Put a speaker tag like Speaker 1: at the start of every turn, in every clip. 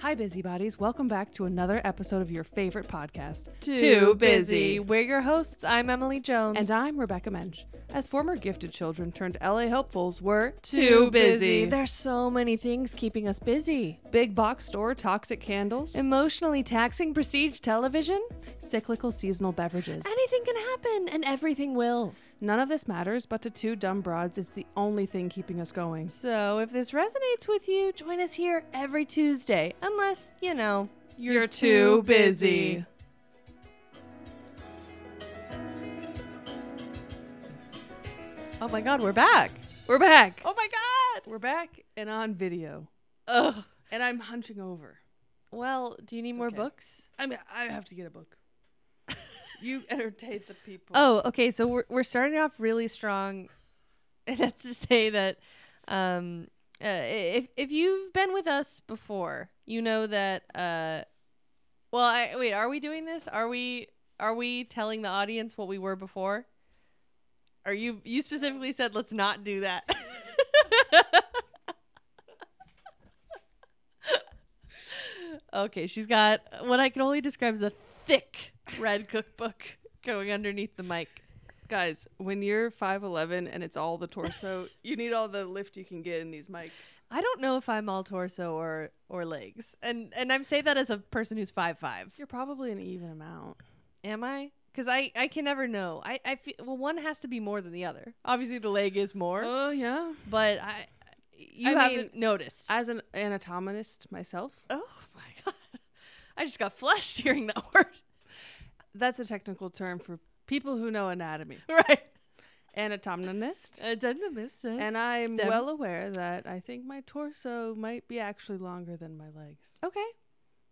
Speaker 1: Hi, busybodies. Welcome back to another episode of your favorite podcast,
Speaker 2: We're your hosts. I'm Emily Jones.
Speaker 1: And I'm Rebecca Mensch. As former gifted children turned LA hopefuls, we're
Speaker 2: There's so many things keeping us busy.
Speaker 1: Big box store toxic candles,
Speaker 2: Emotionally taxing prestige television.
Speaker 1: cyclical seasonal beverages.
Speaker 2: Anything can happen, and everything will.
Speaker 1: None of this matters, but to two dumb broads, it's the only thing keeping us going.
Speaker 2: So if this resonates with you, join us here every Tuesday, unless you know you're, Oh my God, we're back.
Speaker 1: We're back.
Speaker 2: Oh my God.
Speaker 1: We're back and on video.
Speaker 2: Ugh.
Speaker 1: And I'm hunching over.
Speaker 2: Well, do you need more
Speaker 1: okay.
Speaker 2: books?
Speaker 1: I mean, I have to get a book. you entertain the people.
Speaker 2: Oh, okay. So we're we're starting off really strong, and that's to say that um, uh, if if you've been with us before, you know that. Uh, well, I, wait. Are we doing this? Are we are we telling the audience what we were before? Are you you specifically said let's not do that? okay, she's got what I can only describe as a thick red cookbook going underneath the mic.
Speaker 1: Guys, when you're 5'11 and it's all the torso, you need all the lift you can get in these mics.
Speaker 2: I don't know if I'm all torso or or legs, and and I'm saying that as a person who's five five.
Speaker 1: You're probably an even amount.
Speaker 2: Am I? Because I I can never know. I I feel well one has to be more than the other. Obviously the leg is more,
Speaker 1: Oh, yeah.
Speaker 2: but I you
Speaker 1: I mean,
Speaker 2: haven't noticed.
Speaker 1: As an anatomist myself,
Speaker 2: oh my god, I just got flushed hearing that word.
Speaker 1: that's a technical term for people who know anatomy.
Speaker 2: right.
Speaker 1: Anatomist.
Speaker 2: It doesn't make sense.
Speaker 1: And I'm
Speaker 2: Stem.
Speaker 1: well aware that I think my torso might be actually longer than my legs.
Speaker 2: okay.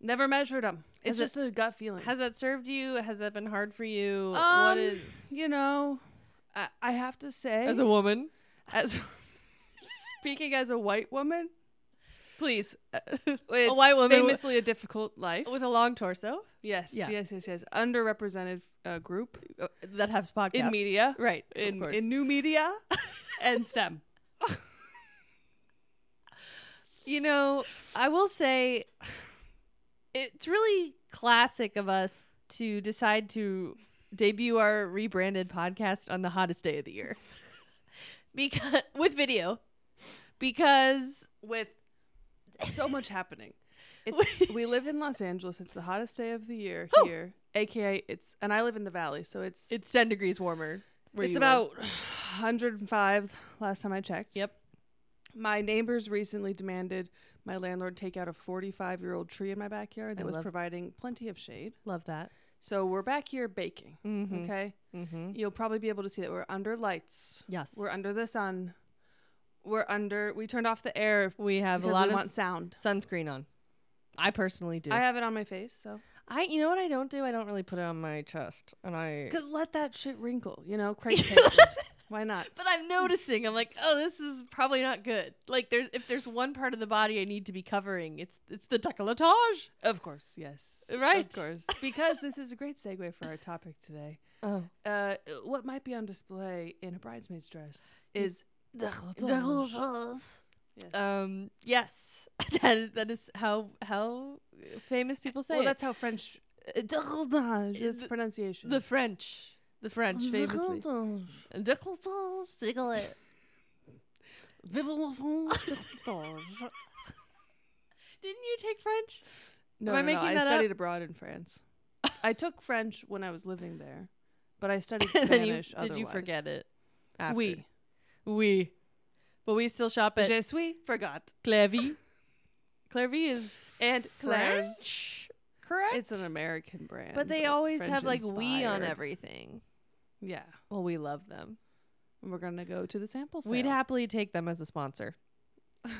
Speaker 1: Never measured them. It's
Speaker 2: Is it-
Speaker 1: just a gut feeling.
Speaker 2: Has that served you? Has that been hard for you?
Speaker 1: Um,
Speaker 2: what is
Speaker 1: you know, I, I have to say,
Speaker 2: as a woman?
Speaker 1: as speaking as a white woman,
Speaker 2: Please,
Speaker 1: it's
Speaker 2: a white woman wi-
Speaker 1: famously a difficult life.
Speaker 2: with a long torso
Speaker 1: yes,
Speaker 2: Yeah.
Speaker 1: yes, yes, yes. Underrepresented uh, group
Speaker 2: uh, that has podcasts
Speaker 1: in media,
Speaker 2: right?
Speaker 1: in,
Speaker 2: of course.
Speaker 1: in new media, and STEM.
Speaker 2: You know, I will say it's really classic of us to decide to debut our rebranded podcast on the hottest day of the year. because with video. Because
Speaker 1: With so much happening, it's, we live in Los Angeles. It's the hottest day of the year
Speaker 2: Oh.
Speaker 1: here, aka it's. And I live in the valley, so it's
Speaker 2: it's 10 degrees warmer. where
Speaker 1: it's
Speaker 2: you live.
Speaker 1: about 105 last time I checked.
Speaker 2: Yep.
Speaker 1: My neighbors recently demanded my landlord take out a 45 year old tree in my backyard that
Speaker 2: I
Speaker 1: was
Speaker 2: love-
Speaker 1: providing plenty of shade.
Speaker 2: Love that.
Speaker 1: So we're back here baking.
Speaker 2: Mhm.
Speaker 1: Okay.
Speaker 2: Mhm.
Speaker 1: You'll probably be able to see that we're under lights.
Speaker 2: Yes.
Speaker 1: We're under the sun. We're under, we turned off the air
Speaker 2: We have
Speaker 1: because
Speaker 2: a lot
Speaker 1: we
Speaker 2: of
Speaker 1: want sound.
Speaker 2: sunscreen on. I personally do.
Speaker 1: I
Speaker 2: I,
Speaker 1: have it on my face. So,
Speaker 2: you know what I don't do? I don't really put it on my chest. And I
Speaker 1: because let that shit wrinkle, you know, crank Why not?
Speaker 2: But I'm noticing. I'm like, oh, this is probably not good. Like, there's if there's one part of the body I need to be covering, it's it's the décolletage.
Speaker 1: Of course. Yes.
Speaker 2: Right.
Speaker 1: Of course. Because this is a great segue for our topic today.
Speaker 2: Oh,
Speaker 1: Uh, what might be on display in a bridesmaid's dress is uh, Yes.
Speaker 2: Um, yes, that that is how how famous people say
Speaker 1: well,
Speaker 2: it.
Speaker 1: that's how French
Speaker 2: décolletage. Oh,
Speaker 1: is
Speaker 2: The,
Speaker 1: pronunciation.
Speaker 2: the French, the French famously. Décolletage, cigarette. Didn't you take French?
Speaker 1: No,
Speaker 2: Am I
Speaker 1: no, no,
Speaker 2: making that
Speaker 1: I
Speaker 2: up?
Speaker 1: studied abroad in France. I took French when I was living there, but I studied
Speaker 2: And
Speaker 1: Spanish.
Speaker 2: then you- did
Speaker 1: otherwise.
Speaker 2: you forget it? After?
Speaker 1: We.
Speaker 2: we, but we still shop at
Speaker 1: Je suis forgot.
Speaker 2: Clairvy. Clairvy is
Speaker 1: And Claire's.
Speaker 2: French, correct?
Speaker 1: It's an American brand.
Speaker 2: but they always have like we on
Speaker 1: every.
Speaker 2: everything.
Speaker 1: Yeah.
Speaker 2: Well, we love them.
Speaker 1: And We're going to go to the sample sale.
Speaker 2: We'd happily take them as a sponsor.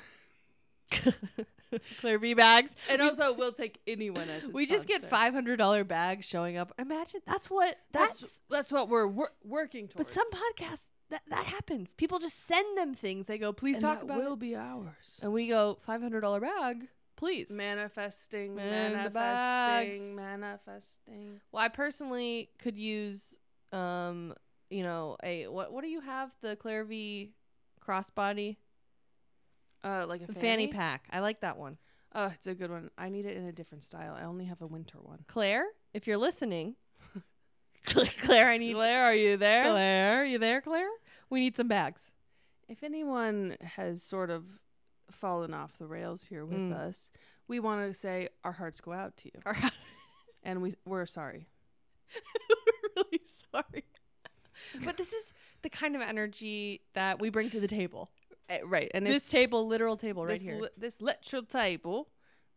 Speaker 2: Clear V bags.
Speaker 1: and also, we'll take anyone as a
Speaker 2: We just get
Speaker 1: sponsor.
Speaker 2: five hundred dollar bags showing up. Imagine that's what that's
Speaker 1: That's that's, what we're wor- working towards.
Speaker 2: but some podcasts that that happens. People just send them things. They go, please
Speaker 1: And
Speaker 2: talk
Speaker 1: that
Speaker 2: about
Speaker 1: will
Speaker 2: it, Oh,
Speaker 1: be ours.
Speaker 2: and we go five hundred dollar bag, please.
Speaker 1: Manifesting,
Speaker 2: Man the
Speaker 1: manifesting,
Speaker 2: bags.
Speaker 1: manifesting.
Speaker 2: Well, I personally could use, um, you know, a what? What do you have? The Claire V crossbody
Speaker 1: Uh, like a
Speaker 2: Uh, fanny? fanny pack. I like that one.
Speaker 1: Oh, it's a good one. I need it in a different style. I only have a winter one.
Speaker 2: Claire, if you're listening, Cla- Claire, I need
Speaker 1: Claire, are you there?
Speaker 2: Claire. You there, Claire? We need some bags.
Speaker 1: If anyone has sort of fallen off the rails here with
Speaker 2: Mm.
Speaker 1: us, we want to say our hearts go out to you,
Speaker 2: We're
Speaker 1: and we we're sorry.
Speaker 2: really sorry, but this is the kind of energy that we bring to the table.
Speaker 1: Eh, right, and
Speaker 2: this table, literal table, right
Speaker 1: this
Speaker 2: here.
Speaker 1: li- this literal table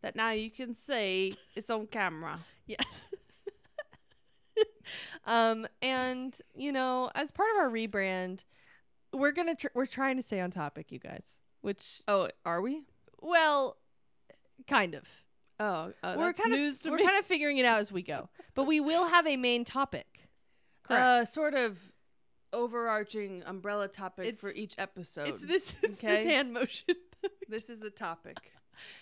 Speaker 1: that now you can see is on camera.
Speaker 2: Yes. um, and you know, as part of our rebrand, we're gonna tr- we're trying to stay on topic, you guys. Which,
Speaker 1: Oh, are we?
Speaker 2: well, kind of.
Speaker 1: Oh, uh,
Speaker 2: we're
Speaker 1: that's
Speaker 2: kind
Speaker 1: news
Speaker 2: of
Speaker 1: to
Speaker 2: we're
Speaker 1: me.
Speaker 2: kind of figuring it out as we go, but we will have a main topic.
Speaker 1: Uh, sort of overarching umbrella topic for
Speaker 2: It's-
Speaker 1: each episode.
Speaker 2: it's this it's
Speaker 1: Oh, okay.
Speaker 2: this hand motion.
Speaker 1: This is the topic,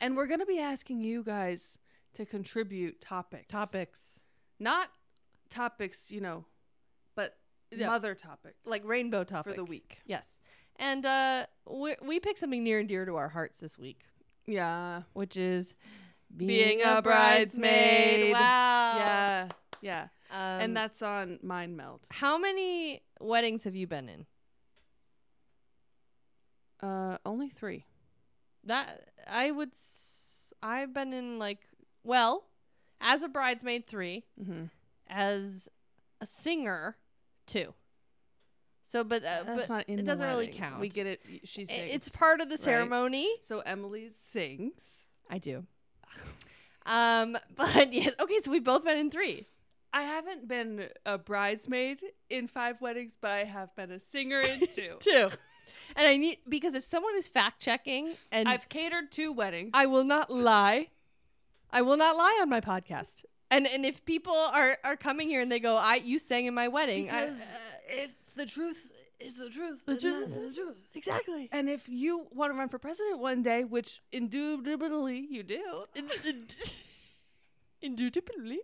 Speaker 1: and we're gonna be asking you guys to contribute topics.
Speaker 2: Topics
Speaker 1: not topics, you know, but
Speaker 2: Yeah.
Speaker 1: mother topic,
Speaker 2: like rainbow topic
Speaker 1: for the week.
Speaker 2: Yes, and uh, we we pick something near and dear to our hearts this week.
Speaker 1: Yeah.
Speaker 2: which is
Speaker 1: Being a bridesmaid.
Speaker 2: Wow.
Speaker 1: Yeah. Yeah.
Speaker 2: Um,
Speaker 1: and
Speaker 2: and that
Speaker 1: that's on Mind Meld.
Speaker 2: how many weddings have you been in?
Speaker 1: Uh, only three.
Speaker 2: That I would s- I've been in like well, as a bridesmaid 3,
Speaker 1: Mm-hmm.
Speaker 2: as a singer 2. So but uh,
Speaker 1: That's
Speaker 2: but
Speaker 1: not in
Speaker 2: it
Speaker 1: the
Speaker 2: doesn't really
Speaker 1: wedding.
Speaker 2: count.
Speaker 1: We get it. She
Speaker 2: i-
Speaker 1: sings.
Speaker 2: it's part of the
Speaker 1: right?
Speaker 2: ceremony.
Speaker 1: So Emily sings.
Speaker 2: I do. um but yes, okay, so we've both been in 3.
Speaker 1: I haven't been a bridesmaid in five weddings, but I have been a singer in two.
Speaker 2: Two. And I need because if someone is fact checking and
Speaker 1: I've catered two weddings.
Speaker 2: I will not lie. I will not lie on my podcast. And and if people are are coming here and they go, I you sang in my wedding. I,
Speaker 1: because if the truth is the truth,
Speaker 2: The
Speaker 1: then
Speaker 2: truth
Speaker 1: that's
Speaker 2: is the
Speaker 1: truth.
Speaker 2: exactly.
Speaker 1: And if you want to run for president one day, which indubitably you do,
Speaker 2: Indubitably.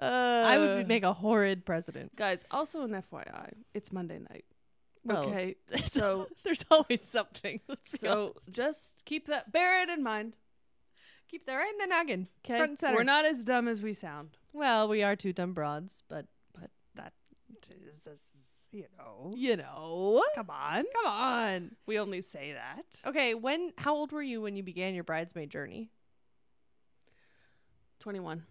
Speaker 1: uh,
Speaker 2: I would make a horrid president.
Speaker 1: Guys, also an FYI, it's Monday night.
Speaker 2: Well,
Speaker 1: okay, so
Speaker 2: There's always something. Let's be
Speaker 1: so
Speaker 2: honest.
Speaker 1: just keep that, bear it in mind.
Speaker 2: keep that right in the noggin.
Speaker 1: Okay,
Speaker 2: Front and center.
Speaker 1: we're not as dumb as we sound.
Speaker 2: well, we are two dumb broads, but
Speaker 1: You know,
Speaker 2: you know.
Speaker 1: come on.
Speaker 2: Come on.
Speaker 1: We only say that.
Speaker 2: Okay, when how old were you when you began your bridesmaid journey?
Speaker 1: Twenty-one,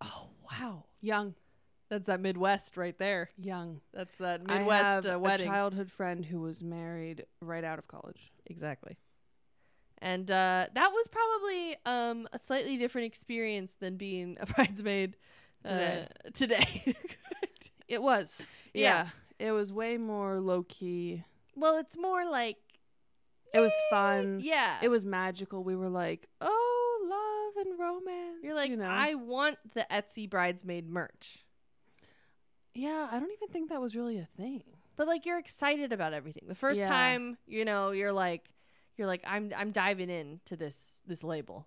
Speaker 2: Oh wow.
Speaker 1: young,
Speaker 2: That's that Midwest right there.
Speaker 1: young.
Speaker 2: That's that
Speaker 1: I
Speaker 2: Midwest
Speaker 1: have
Speaker 2: uh, wedding.
Speaker 1: A childhood friend who was married right out of college.
Speaker 2: Exactly. And uh, that was probably um, a slightly different experience than being a bridesmaid
Speaker 1: Today.
Speaker 2: Uh, today. Correct.
Speaker 1: It was, yeah.
Speaker 2: Yeah.
Speaker 1: It was way more low key.
Speaker 2: Well, it's more like.
Speaker 1: It was
Speaker 2: yay!
Speaker 1: fun.
Speaker 2: Yeah.
Speaker 1: It was magical. We were like, oh, love and romance.
Speaker 2: You're like,
Speaker 1: you know?
Speaker 2: I want the Etsy bridesmaid merch.
Speaker 1: Yeah, I don't even think that was really a thing.
Speaker 2: But like you're excited about everything. The first
Speaker 1: Yeah.
Speaker 2: time, you know, you're like you're like I'm I'm diving in to this this label.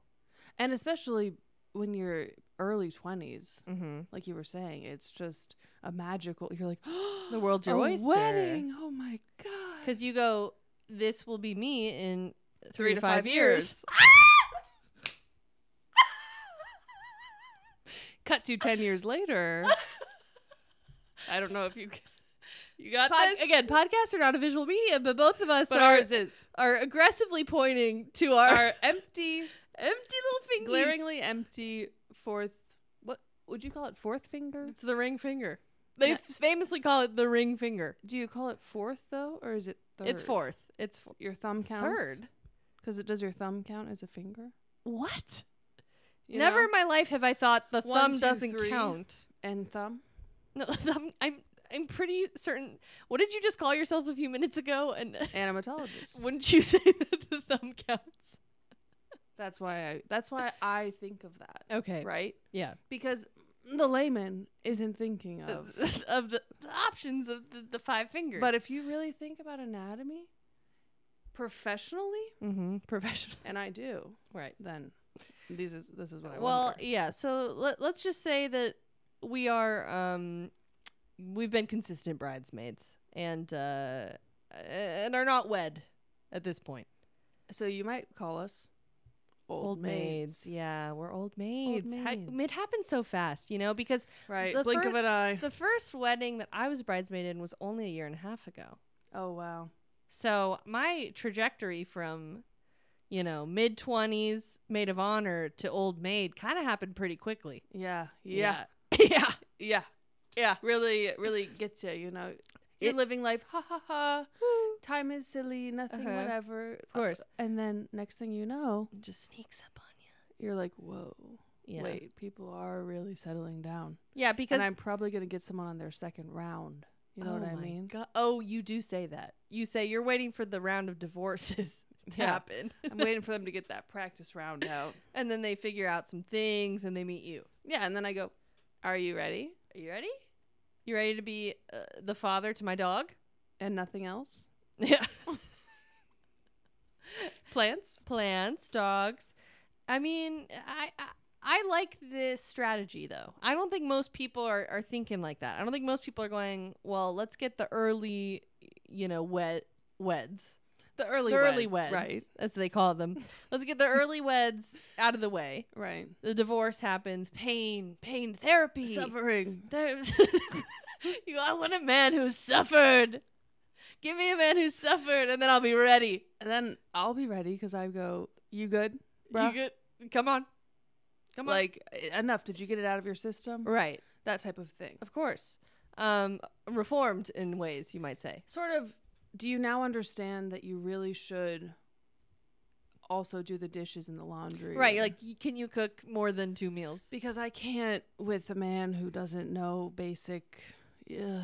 Speaker 1: And especially when you're early 20s,
Speaker 2: Mm-hmm.
Speaker 1: like you were saying, it's just a magical. You're like,
Speaker 2: The world's your
Speaker 1: a
Speaker 2: oyster.
Speaker 1: wedding. Oh my god.
Speaker 2: Because you go, this will be me in three,
Speaker 1: Three
Speaker 2: to
Speaker 1: to
Speaker 2: five,
Speaker 1: five
Speaker 2: years.
Speaker 1: Cut to 10 years later. I don't know if you you got
Speaker 2: Pod-
Speaker 1: this
Speaker 2: again, podcasts are not a visual media, but both of us
Speaker 1: but
Speaker 2: are,
Speaker 1: ours is
Speaker 2: are aggressively pointing to our,
Speaker 1: our empty,
Speaker 2: empty little fingers.
Speaker 1: glaringly empty fourth. What would you call it? Fourth finger?
Speaker 2: It's the ring finger. They
Speaker 1: Yeah.
Speaker 2: f- famously call it the ring finger.
Speaker 1: Do you call it fourth though, or is it third?
Speaker 2: It's fourth. It's four.
Speaker 1: Your thumb counts
Speaker 2: third.
Speaker 1: because it does your thumb count as a finger.
Speaker 2: What?
Speaker 1: You
Speaker 2: Never
Speaker 1: know?
Speaker 2: in my life have I thought the
Speaker 1: One,
Speaker 2: thumb
Speaker 1: two,
Speaker 2: doesn't
Speaker 1: three.
Speaker 2: count.
Speaker 1: and thumb.
Speaker 2: No, thumb, I'm I'm pretty certain. What did you just call yourself a few minutes ago? And
Speaker 1: Anatomologist.
Speaker 2: wouldn't you say that the thumb counts?
Speaker 1: That's why I. That's why I think of that.
Speaker 2: Okay.
Speaker 1: Right?
Speaker 2: Yeah.
Speaker 1: Because the layman isn't thinking of.
Speaker 2: of the, the options of the, the five fingers.
Speaker 1: But if you really think about anatomy, professionally,
Speaker 2: mm-hmm, professional,
Speaker 1: and I do,
Speaker 2: right?
Speaker 1: then these is this is what I
Speaker 2: well,
Speaker 1: wonder.
Speaker 2: yeah. So let, let's just say that we are um, we've been consistent bridesmaids and uh, and are not wed at this point.
Speaker 1: So you might call us, old, maids.
Speaker 2: Yeah, we're old maids. Ha-
Speaker 1: maids.
Speaker 2: it happened so fast, you know, because
Speaker 1: Right.
Speaker 2: The
Speaker 1: Blink
Speaker 2: fir-
Speaker 1: of an eye.
Speaker 2: the first wedding that I was bridesmaid in was only a year and a half ago.
Speaker 1: oh wow.
Speaker 2: So my trajectory from, you know, mid 20s, maid of honor to old maid kind of happened pretty quickly.
Speaker 1: Yeah. Yeah.
Speaker 2: Yeah. yeah.
Speaker 1: Yeah.
Speaker 2: Yeah.
Speaker 1: Really, it really gets you. You know, you're
Speaker 2: It-
Speaker 1: living life. Ha ha ha. Time is silly. Nothing.
Speaker 2: Uh-huh.
Speaker 1: Whatever.
Speaker 2: Of course.
Speaker 1: And then next thing you know,
Speaker 2: It just sneaks up on
Speaker 1: you're like, whoa.
Speaker 2: you. Yeah.
Speaker 1: Wait, people are really settling down.
Speaker 2: Yeah,
Speaker 1: And
Speaker 2: because
Speaker 1: I'm probably going to get someone on their second round. You know
Speaker 2: oh
Speaker 1: what I
Speaker 2: my
Speaker 1: mean?
Speaker 2: go- oh, you do say that. You say you're waiting for the round of divorces to
Speaker 1: Yeah.
Speaker 2: happen.
Speaker 1: I'm waiting for them to get that practice round out.
Speaker 2: and then they figure out some things and they meet you.
Speaker 1: Yeah, and then I go, Are you ready?
Speaker 2: Are you ready? You ready to be uh, the father to my dog?
Speaker 1: And nothing else?
Speaker 2: Yeah.
Speaker 1: Plants?
Speaker 2: Plants, dogs. I mean, I, I I like this strategy though. I don't think most people are, are thinking like that. I don't think most people are going, well, let's get the early, you know, wed weds.
Speaker 1: The early
Speaker 2: the early
Speaker 1: weds,
Speaker 2: weds,
Speaker 1: Right.
Speaker 2: as they call them. let's get the early weds out of the way.
Speaker 1: Right.
Speaker 2: The divorce happens, pain, pain therapy.
Speaker 1: Suffering.
Speaker 2: There's you, I want a man who's suffered. Give me a man who's suffered, and then I'll be ready.
Speaker 1: And then I'll be ready because I go, You good? Bruh?
Speaker 2: You good? Come on, come on.
Speaker 1: Like, e, enough. Did you get it out of your system?
Speaker 2: right,
Speaker 1: That type of thing.
Speaker 2: of course. Um, reformed in ways you might say.
Speaker 1: Sort of, do you now understand that you really should also do the dishes and the laundry?
Speaker 2: Right, you're like, "Y- can you cook more than two meals?
Speaker 1: because I can't with a man who doesn't know basic. Ugh,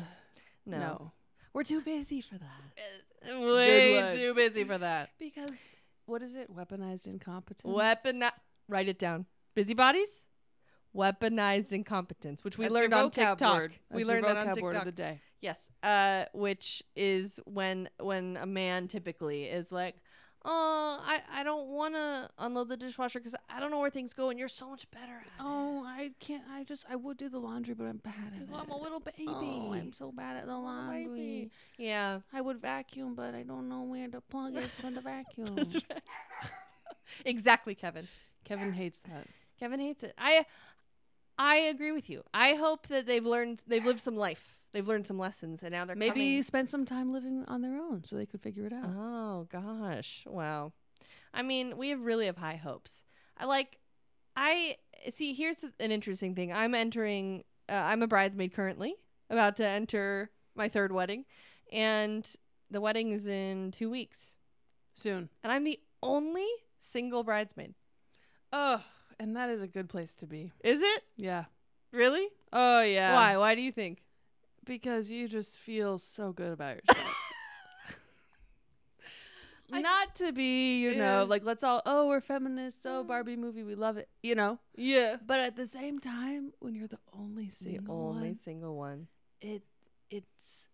Speaker 1: no.
Speaker 2: we're too busy for that.
Speaker 1: Good
Speaker 2: Uh, Way
Speaker 1: one.
Speaker 2: too busy for that.
Speaker 1: Because what is it? Weaponized incompetence.
Speaker 2: Weapon. Write it down. Busybodies. Weaponized incompetence, which we
Speaker 1: That's your
Speaker 2: learned on
Speaker 1: vocab
Speaker 2: TikTok.
Speaker 1: word.
Speaker 2: We
Speaker 1: That's your
Speaker 2: learned that on
Speaker 1: vocab word of
Speaker 2: TikTok.
Speaker 1: the day.
Speaker 2: Yes, uh, which is when when a man typically is like, "Oh, I, I don't want to unload the dishwasher because I don't know where things go, and you're so much better at it.
Speaker 1: Oh, I can't. I just I would do the laundry, but I'm bad at it.
Speaker 2: I'm a little baby.
Speaker 1: Oh, I'm so bad at the
Speaker 2: I'm a
Speaker 1: laundry.
Speaker 2: baby. Yeah,
Speaker 1: I would vacuum, but I don't know where the plug is for the vacuum.
Speaker 2: exactly, Kevin.
Speaker 1: Kevin hates that.
Speaker 2: Kevin hates it. I I agree with you. I hope that they've learned, they've lived some life, they've learned some lessons, and now they're
Speaker 1: Maybe
Speaker 2: coming-
Speaker 1: spend some time living on their own so they could figure it out.
Speaker 2: Oh gosh. Wow. I mean, we have really have high hopes. I like I see here's an interesting thing. I'm entering uh, I'm a bridesmaid currently, about to enter my third wedding, and the wedding is in 2 weeks.
Speaker 1: Soon.
Speaker 2: And I'm the only single bridesmaid.
Speaker 1: Oh, and that is a good place to be.
Speaker 2: Is it?
Speaker 1: Yeah.
Speaker 2: Really?
Speaker 1: Oh yeah.
Speaker 2: Why? Why do you think?
Speaker 1: Because you just feel so good about yourself.
Speaker 2: I-
Speaker 1: Not to be, you
Speaker 2: Yeah.
Speaker 1: know, like let's all oh we're feminists, oh Barbie movie, we love it, you know.
Speaker 2: Yeah.
Speaker 1: But at the same time, when you're the only
Speaker 2: The
Speaker 1: single
Speaker 2: only
Speaker 1: one,
Speaker 2: single one.
Speaker 1: it it's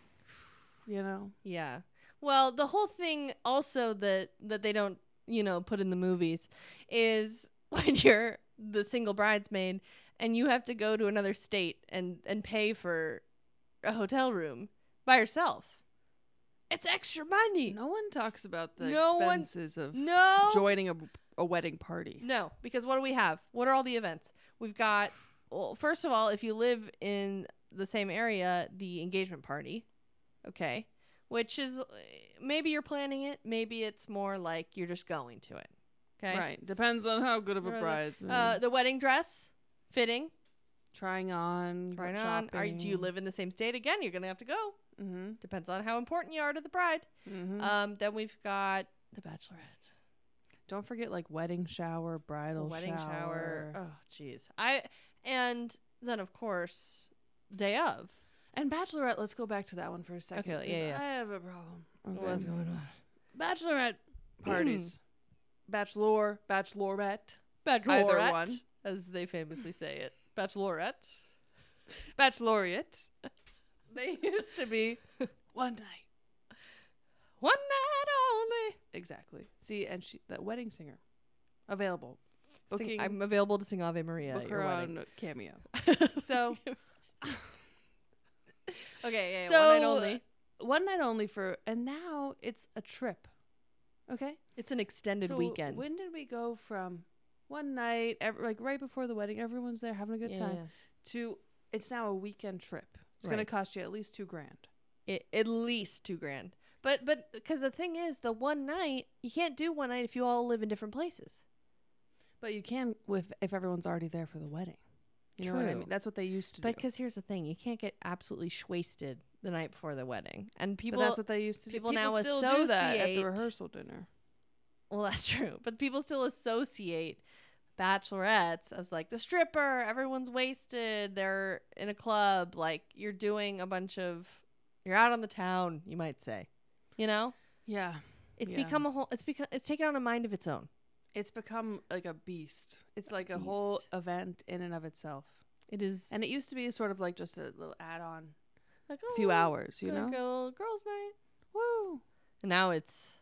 Speaker 1: you know
Speaker 2: Yeah. Well, the whole thing also that that they don't, you know, put in the movies is when you're the single bridesmaid and you have to go to another state and and pay for a hotel room by yourself. It's extra money.
Speaker 1: no one talks about the
Speaker 2: No one-
Speaker 1: expenses of
Speaker 2: No.
Speaker 1: joining a, a wedding party.
Speaker 2: No, because what do we have? What are all the events? We've got well, first of all, if you live in the same area, the engagement party, okay, which is uh, maybe you're planning it, maybe it's more like you're just going to it, okay.
Speaker 1: Right, depends on how good of a
Speaker 2: Or the-
Speaker 1: bridesmaid.
Speaker 2: Uh, the wedding dress fitting,
Speaker 1: trying on,
Speaker 2: right on. Are, do you live in the same state again? You're gonna have to go.
Speaker 1: Mm-hmm.
Speaker 2: Depends on how important you are to the bride.
Speaker 1: Mm-hmm.
Speaker 2: Um, then we've got the bachelorette.
Speaker 1: Don't forget like wedding shower,
Speaker 2: A
Speaker 1: bridal
Speaker 2: wedding shower. Oh, jeez. I and then of course day of.
Speaker 1: And Bachelorette, let's go back to that one for a second.
Speaker 2: Okay, yeah,
Speaker 1: 'cause
Speaker 2: yeah.
Speaker 1: I have a problem.
Speaker 2: What's going
Speaker 1: on? Bachelorette parties. Bachelor, bachelorette.
Speaker 2: Bachelorette,
Speaker 1: one.
Speaker 2: as they famously say it. Bachelorette.
Speaker 1: Bachelorette.
Speaker 2: They used to be
Speaker 1: One night.
Speaker 2: one night
Speaker 1: Exactly. See, and she that wedding singer. Available.
Speaker 2: only. Sing-
Speaker 1: Booking,
Speaker 2: I'm available to sing Ave Maria
Speaker 1: book
Speaker 2: at
Speaker 1: her
Speaker 2: your wedding.
Speaker 1: on cameo.
Speaker 2: so okay, yeah, yeah, one night
Speaker 1: So-
Speaker 2: only.
Speaker 1: One night only for and now it's a trip. Okay.
Speaker 2: It's an extended
Speaker 1: so
Speaker 2: weekend.
Speaker 1: When did we go from one night, ev like right before the wedding, everyone's there having a good
Speaker 2: Yeah,
Speaker 1: time,
Speaker 2: yeah.
Speaker 1: to it's now a weekend trip. It's going
Speaker 2: Right.
Speaker 1: to cost you at least two grand.
Speaker 2: It, at least two grand. But but because the thing is, the one night you can't do one night if you all live in different places.
Speaker 1: But you can with if everyone's already there for the wedding. You know what I
Speaker 2: True.
Speaker 1: mean? That's what they used to
Speaker 2: But
Speaker 1: do.
Speaker 2: because here's the thing, you can't get absolutely shwasted the night before the wedding, and
Speaker 1: But
Speaker 2: people.
Speaker 1: that's what they used to do.
Speaker 2: people now
Speaker 1: still do that at the
Speaker 2: associate-
Speaker 1: rehearsal dinner.
Speaker 2: well, that's true. But people still associate bachelorettes as like the stripper. Everyone's wasted. They're in a club. Like you're doing a bunch of. You're out on the town. You might say. You know,
Speaker 1: Yeah.
Speaker 2: it's
Speaker 1: Yeah.
Speaker 2: become a whole. It's become. It's taken on a mind of its own.
Speaker 1: It's become like a beast. It's like a
Speaker 2: beast.
Speaker 1: whole event in and of itself.
Speaker 2: It is.
Speaker 1: And it used to be sort of like just a little add on
Speaker 2: like,
Speaker 1: few
Speaker 2: oh,
Speaker 1: hours, you
Speaker 2: like
Speaker 1: know?
Speaker 2: a little girls' night.
Speaker 1: Woo.
Speaker 2: And now it's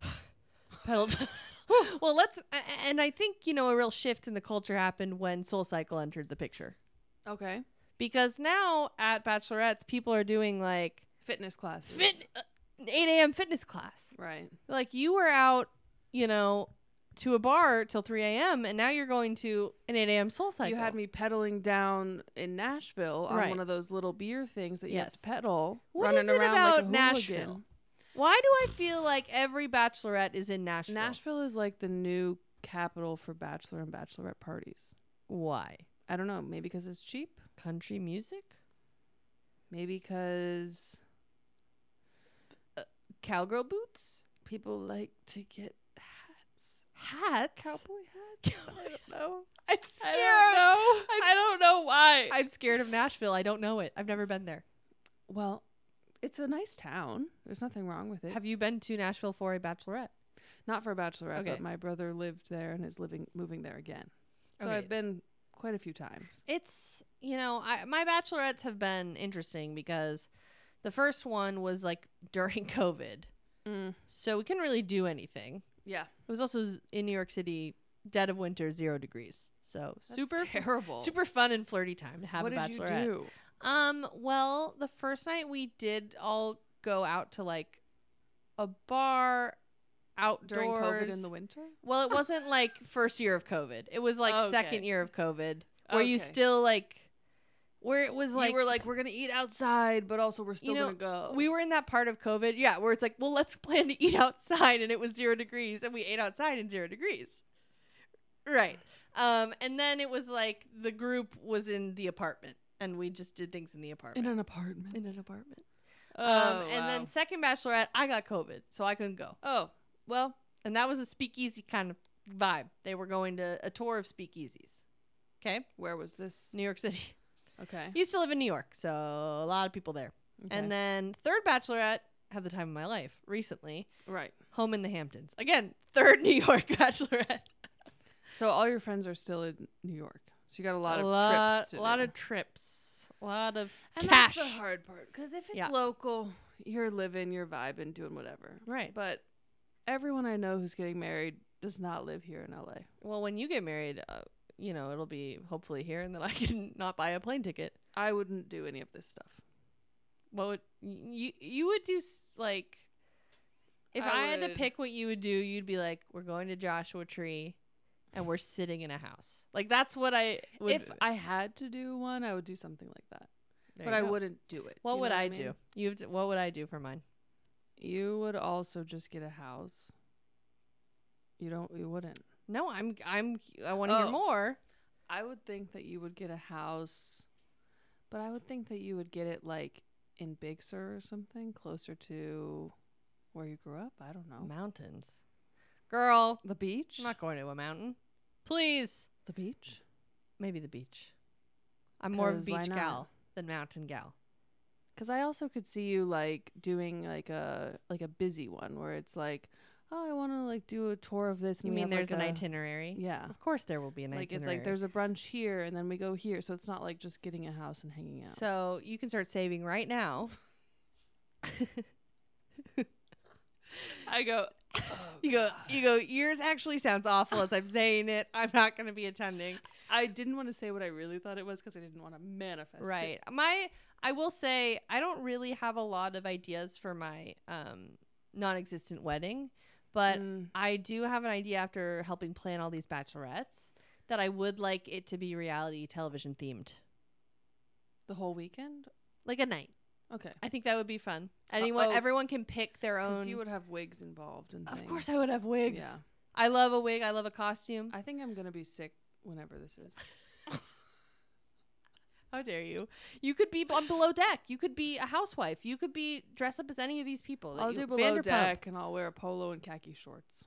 Speaker 2: pedal. well, let's. a- a- And I think you know a real shift in the culture happened when Soul Cycle entered the picture
Speaker 1: Okay.
Speaker 2: because now at bachelorettes people are doing like
Speaker 1: Fitness classes.
Speaker 2: fit uh, 8 a.m. fitness class.
Speaker 1: Right.
Speaker 2: Like you were out, you know, to a bar till 3 a.m. and now you're going to an 8 a.m. Soul Cycle.
Speaker 1: You had me pedaling down in Nashville on
Speaker 2: Right.
Speaker 1: one of those little beer things that you have
Speaker 2: Yes.
Speaker 1: to pedal.
Speaker 2: What
Speaker 1: running
Speaker 2: is it
Speaker 1: around
Speaker 2: about
Speaker 1: like a hooligan.
Speaker 2: Nashville? Why do I feel like every bachelorette is in Nashville?
Speaker 1: Nashville is like the new capital for bachelor and bachelorette parties.
Speaker 2: Why?
Speaker 1: I don't know. Maybe because it's cheap.
Speaker 2: Country music?
Speaker 1: Maybe because
Speaker 2: Cowgirl boots?
Speaker 1: people like to get
Speaker 2: Hats?
Speaker 1: cowboy hats. I don't know.
Speaker 2: I'm
Speaker 1: I
Speaker 2: scared.
Speaker 1: don't know.
Speaker 2: I'm
Speaker 1: I don't know why.
Speaker 2: I'm scared of Nashville. I don't know it. I've never been there.
Speaker 1: well, it's a nice town. There's nothing wrong with it.
Speaker 2: Have you been to Nashville for a bachelorette?
Speaker 1: Not for a bachelorette,
Speaker 2: Okay.
Speaker 1: but my brother lived there and is living moving there again. So
Speaker 2: Okay.
Speaker 1: I've been quite a few times.
Speaker 2: It's you know, I, my bachelorettes have been interesting because the first one was like during COVID, so we couldn't really do anything.
Speaker 1: Mm, Yeah,
Speaker 2: It was also in New York City, dead of winter, zero degrees. So super,
Speaker 1: super terrible.
Speaker 2: super fun and flirty time to have
Speaker 1: what
Speaker 2: a
Speaker 1: did you
Speaker 2: bachelorette.
Speaker 1: do?
Speaker 2: Um, well, the first night we did all go out to like a bar outdoors.
Speaker 1: during COVID in the winter?
Speaker 2: well, it wasn't like first year of COVID. It was like
Speaker 1: Oh, Okay.
Speaker 2: second year of COVID. Where you
Speaker 1: Okay.
Speaker 2: still like where it was like
Speaker 1: you were like, we're gonna eat outside, but also we're still
Speaker 2: know,
Speaker 1: gonna go.
Speaker 2: we were in that part of COVID, yeah, where it's like, well, let's plan to eat outside, and it was zero degrees, and we ate outside in zero degrees, right? Um, and then it was like the group was in the apartment, and we just did things in the apartment,
Speaker 1: in an apartment.
Speaker 2: in an apartment.
Speaker 1: Oh,
Speaker 2: um, and then
Speaker 1: wow.
Speaker 2: second bachelorette, I got COVID, so I couldn't go.
Speaker 1: oh well,
Speaker 2: And that was a speakeasy kind of vibe. They were going to a tour of speakeasies. Okay,
Speaker 1: where was this?
Speaker 2: New York City.
Speaker 1: Okay,
Speaker 2: Used to live in New York, so a lot of people there.
Speaker 1: Okay.
Speaker 2: And then third bachelorette had the time of my life recently.
Speaker 1: right.
Speaker 2: Home in the Hamptons. Again, third New York bachelorette.
Speaker 1: So all your friends are still in New York. So you got a lot of trips. to
Speaker 2: a lot
Speaker 1: do.
Speaker 2: of trips. A lot of
Speaker 1: and
Speaker 2: cash.
Speaker 1: That's the hard part because if it's
Speaker 2: Yeah.
Speaker 1: local, you're living, you're vibing, doing whatever.
Speaker 2: right.
Speaker 1: But everyone I know who's getting married does not live here in LA.
Speaker 2: Well, when you get married, uh, you know, it'll be hopefully here and then I can not buy a plane ticket.
Speaker 1: I wouldn't do any of this stuff.
Speaker 2: What would you you would do s- like if I,
Speaker 1: I
Speaker 2: had to
Speaker 1: would-
Speaker 2: pick what you would do, you'd be like, we're going to Joshua Tree and we're sitting in a house. Like that's what I would
Speaker 1: if I had to do one, I would do something like that.
Speaker 2: There
Speaker 1: but
Speaker 2: you
Speaker 1: I
Speaker 2: go.
Speaker 1: wouldn't do it.
Speaker 2: What
Speaker 1: You know
Speaker 2: would I,
Speaker 1: mean?
Speaker 2: do? You have to- what would I do for mine?
Speaker 1: You would also just get a house. You don't. You wouldn't.
Speaker 2: No, I'm I'm I want to hear
Speaker 1: Oh.
Speaker 2: more.
Speaker 1: I would think that you would get a house, but I would think that you would get it like in Big Sur or something closer to where you grew up. I
Speaker 2: Oh.
Speaker 1: don't know.
Speaker 2: Mountains. Girl,
Speaker 1: The beach.
Speaker 2: I'm not going to a mountain. Please.
Speaker 1: the beach.
Speaker 2: Maybe the beach. I'm more of a
Speaker 1: 'Cause why
Speaker 2: beach
Speaker 1: not?
Speaker 2: gal than mountain gal.
Speaker 1: Because I also could see you like doing like a like a busy one where it's like, oh, I want to like do a tour of this. And
Speaker 2: You
Speaker 1: we
Speaker 2: mean
Speaker 1: have,
Speaker 2: there's
Speaker 1: like
Speaker 2: an
Speaker 1: a-
Speaker 2: itinerary?
Speaker 1: Yeah.
Speaker 2: Of course there will be an
Speaker 1: Like it's
Speaker 2: itinerary.
Speaker 1: like there's a brunch here and then we go here, so it's not like just getting a house and hanging out.
Speaker 2: So you can start saving right now.
Speaker 1: I go.
Speaker 2: You go you go, yours actually sounds awful as I'm saying it. I'm not gonna be attending.
Speaker 1: I didn't want to say what I really thought it was because I didn't want to manifest.
Speaker 2: right my i will say i don't really have a lot of ideas for my um non-existent wedding But
Speaker 1: Mm.
Speaker 2: I do have an idea after helping plan all these bachelorettes that I would like it to be reality television themed,
Speaker 1: the whole weekend.
Speaker 2: like a night.
Speaker 1: Okay.
Speaker 2: I think that would be fun. Anyone,
Speaker 1: oh.
Speaker 2: everyone can pick their
Speaker 1: Because
Speaker 2: own.
Speaker 1: you would have wigs involved and
Speaker 2: of
Speaker 1: things.
Speaker 2: course, I would have wigs.
Speaker 1: Yeah.
Speaker 2: I love a wig. I love a costume.
Speaker 1: I think I'm gonna be sick whenever this is.
Speaker 2: How dare you? You could be on below deck. You could be a housewife. You could be dressed up as any of these people. that
Speaker 1: I'll
Speaker 2: you-
Speaker 1: do below
Speaker 2: Vanderpump
Speaker 1: deck and I'll wear a polo and khaki shorts.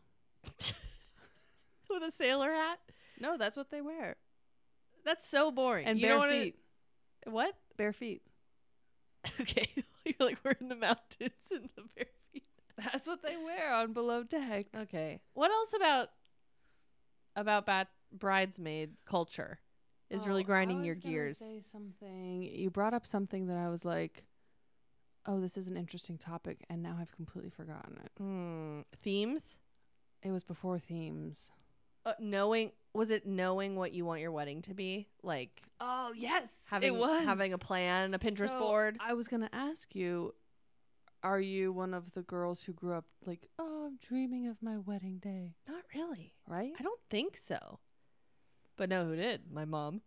Speaker 2: with a sailor hat.
Speaker 1: No, that's what they wear.
Speaker 2: That's so boring.
Speaker 1: And
Speaker 2: you
Speaker 1: bare
Speaker 2: don't wanna-
Speaker 1: feet.
Speaker 2: What?
Speaker 1: Bare feet.
Speaker 2: Okay, you're like we're in the mountains in the bare feet.
Speaker 1: That's what they wear on below deck.
Speaker 2: Okay. What else about about bat- bridesmaid culture is really
Speaker 1: Oh, I
Speaker 2: grinding
Speaker 1: was
Speaker 2: your
Speaker 1: gonna
Speaker 2: gears?
Speaker 1: Say something. You brought up something that I was like, "Oh, this is an interesting topic," and now I've completely forgotten it.
Speaker 2: Hmm. Themes.
Speaker 1: It was before themes.
Speaker 2: Uh, knowing was it knowing what you want your wedding to be like
Speaker 1: Oh yes,
Speaker 2: having having a plan, a Pinterest
Speaker 1: So,
Speaker 2: board.
Speaker 1: I was gonna ask you, are you one of the girls who grew up like, "Oh, I'm dreaming of my wedding day,"
Speaker 2: Not really.
Speaker 1: right?
Speaker 2: I don't think so. But no, who did? My mom.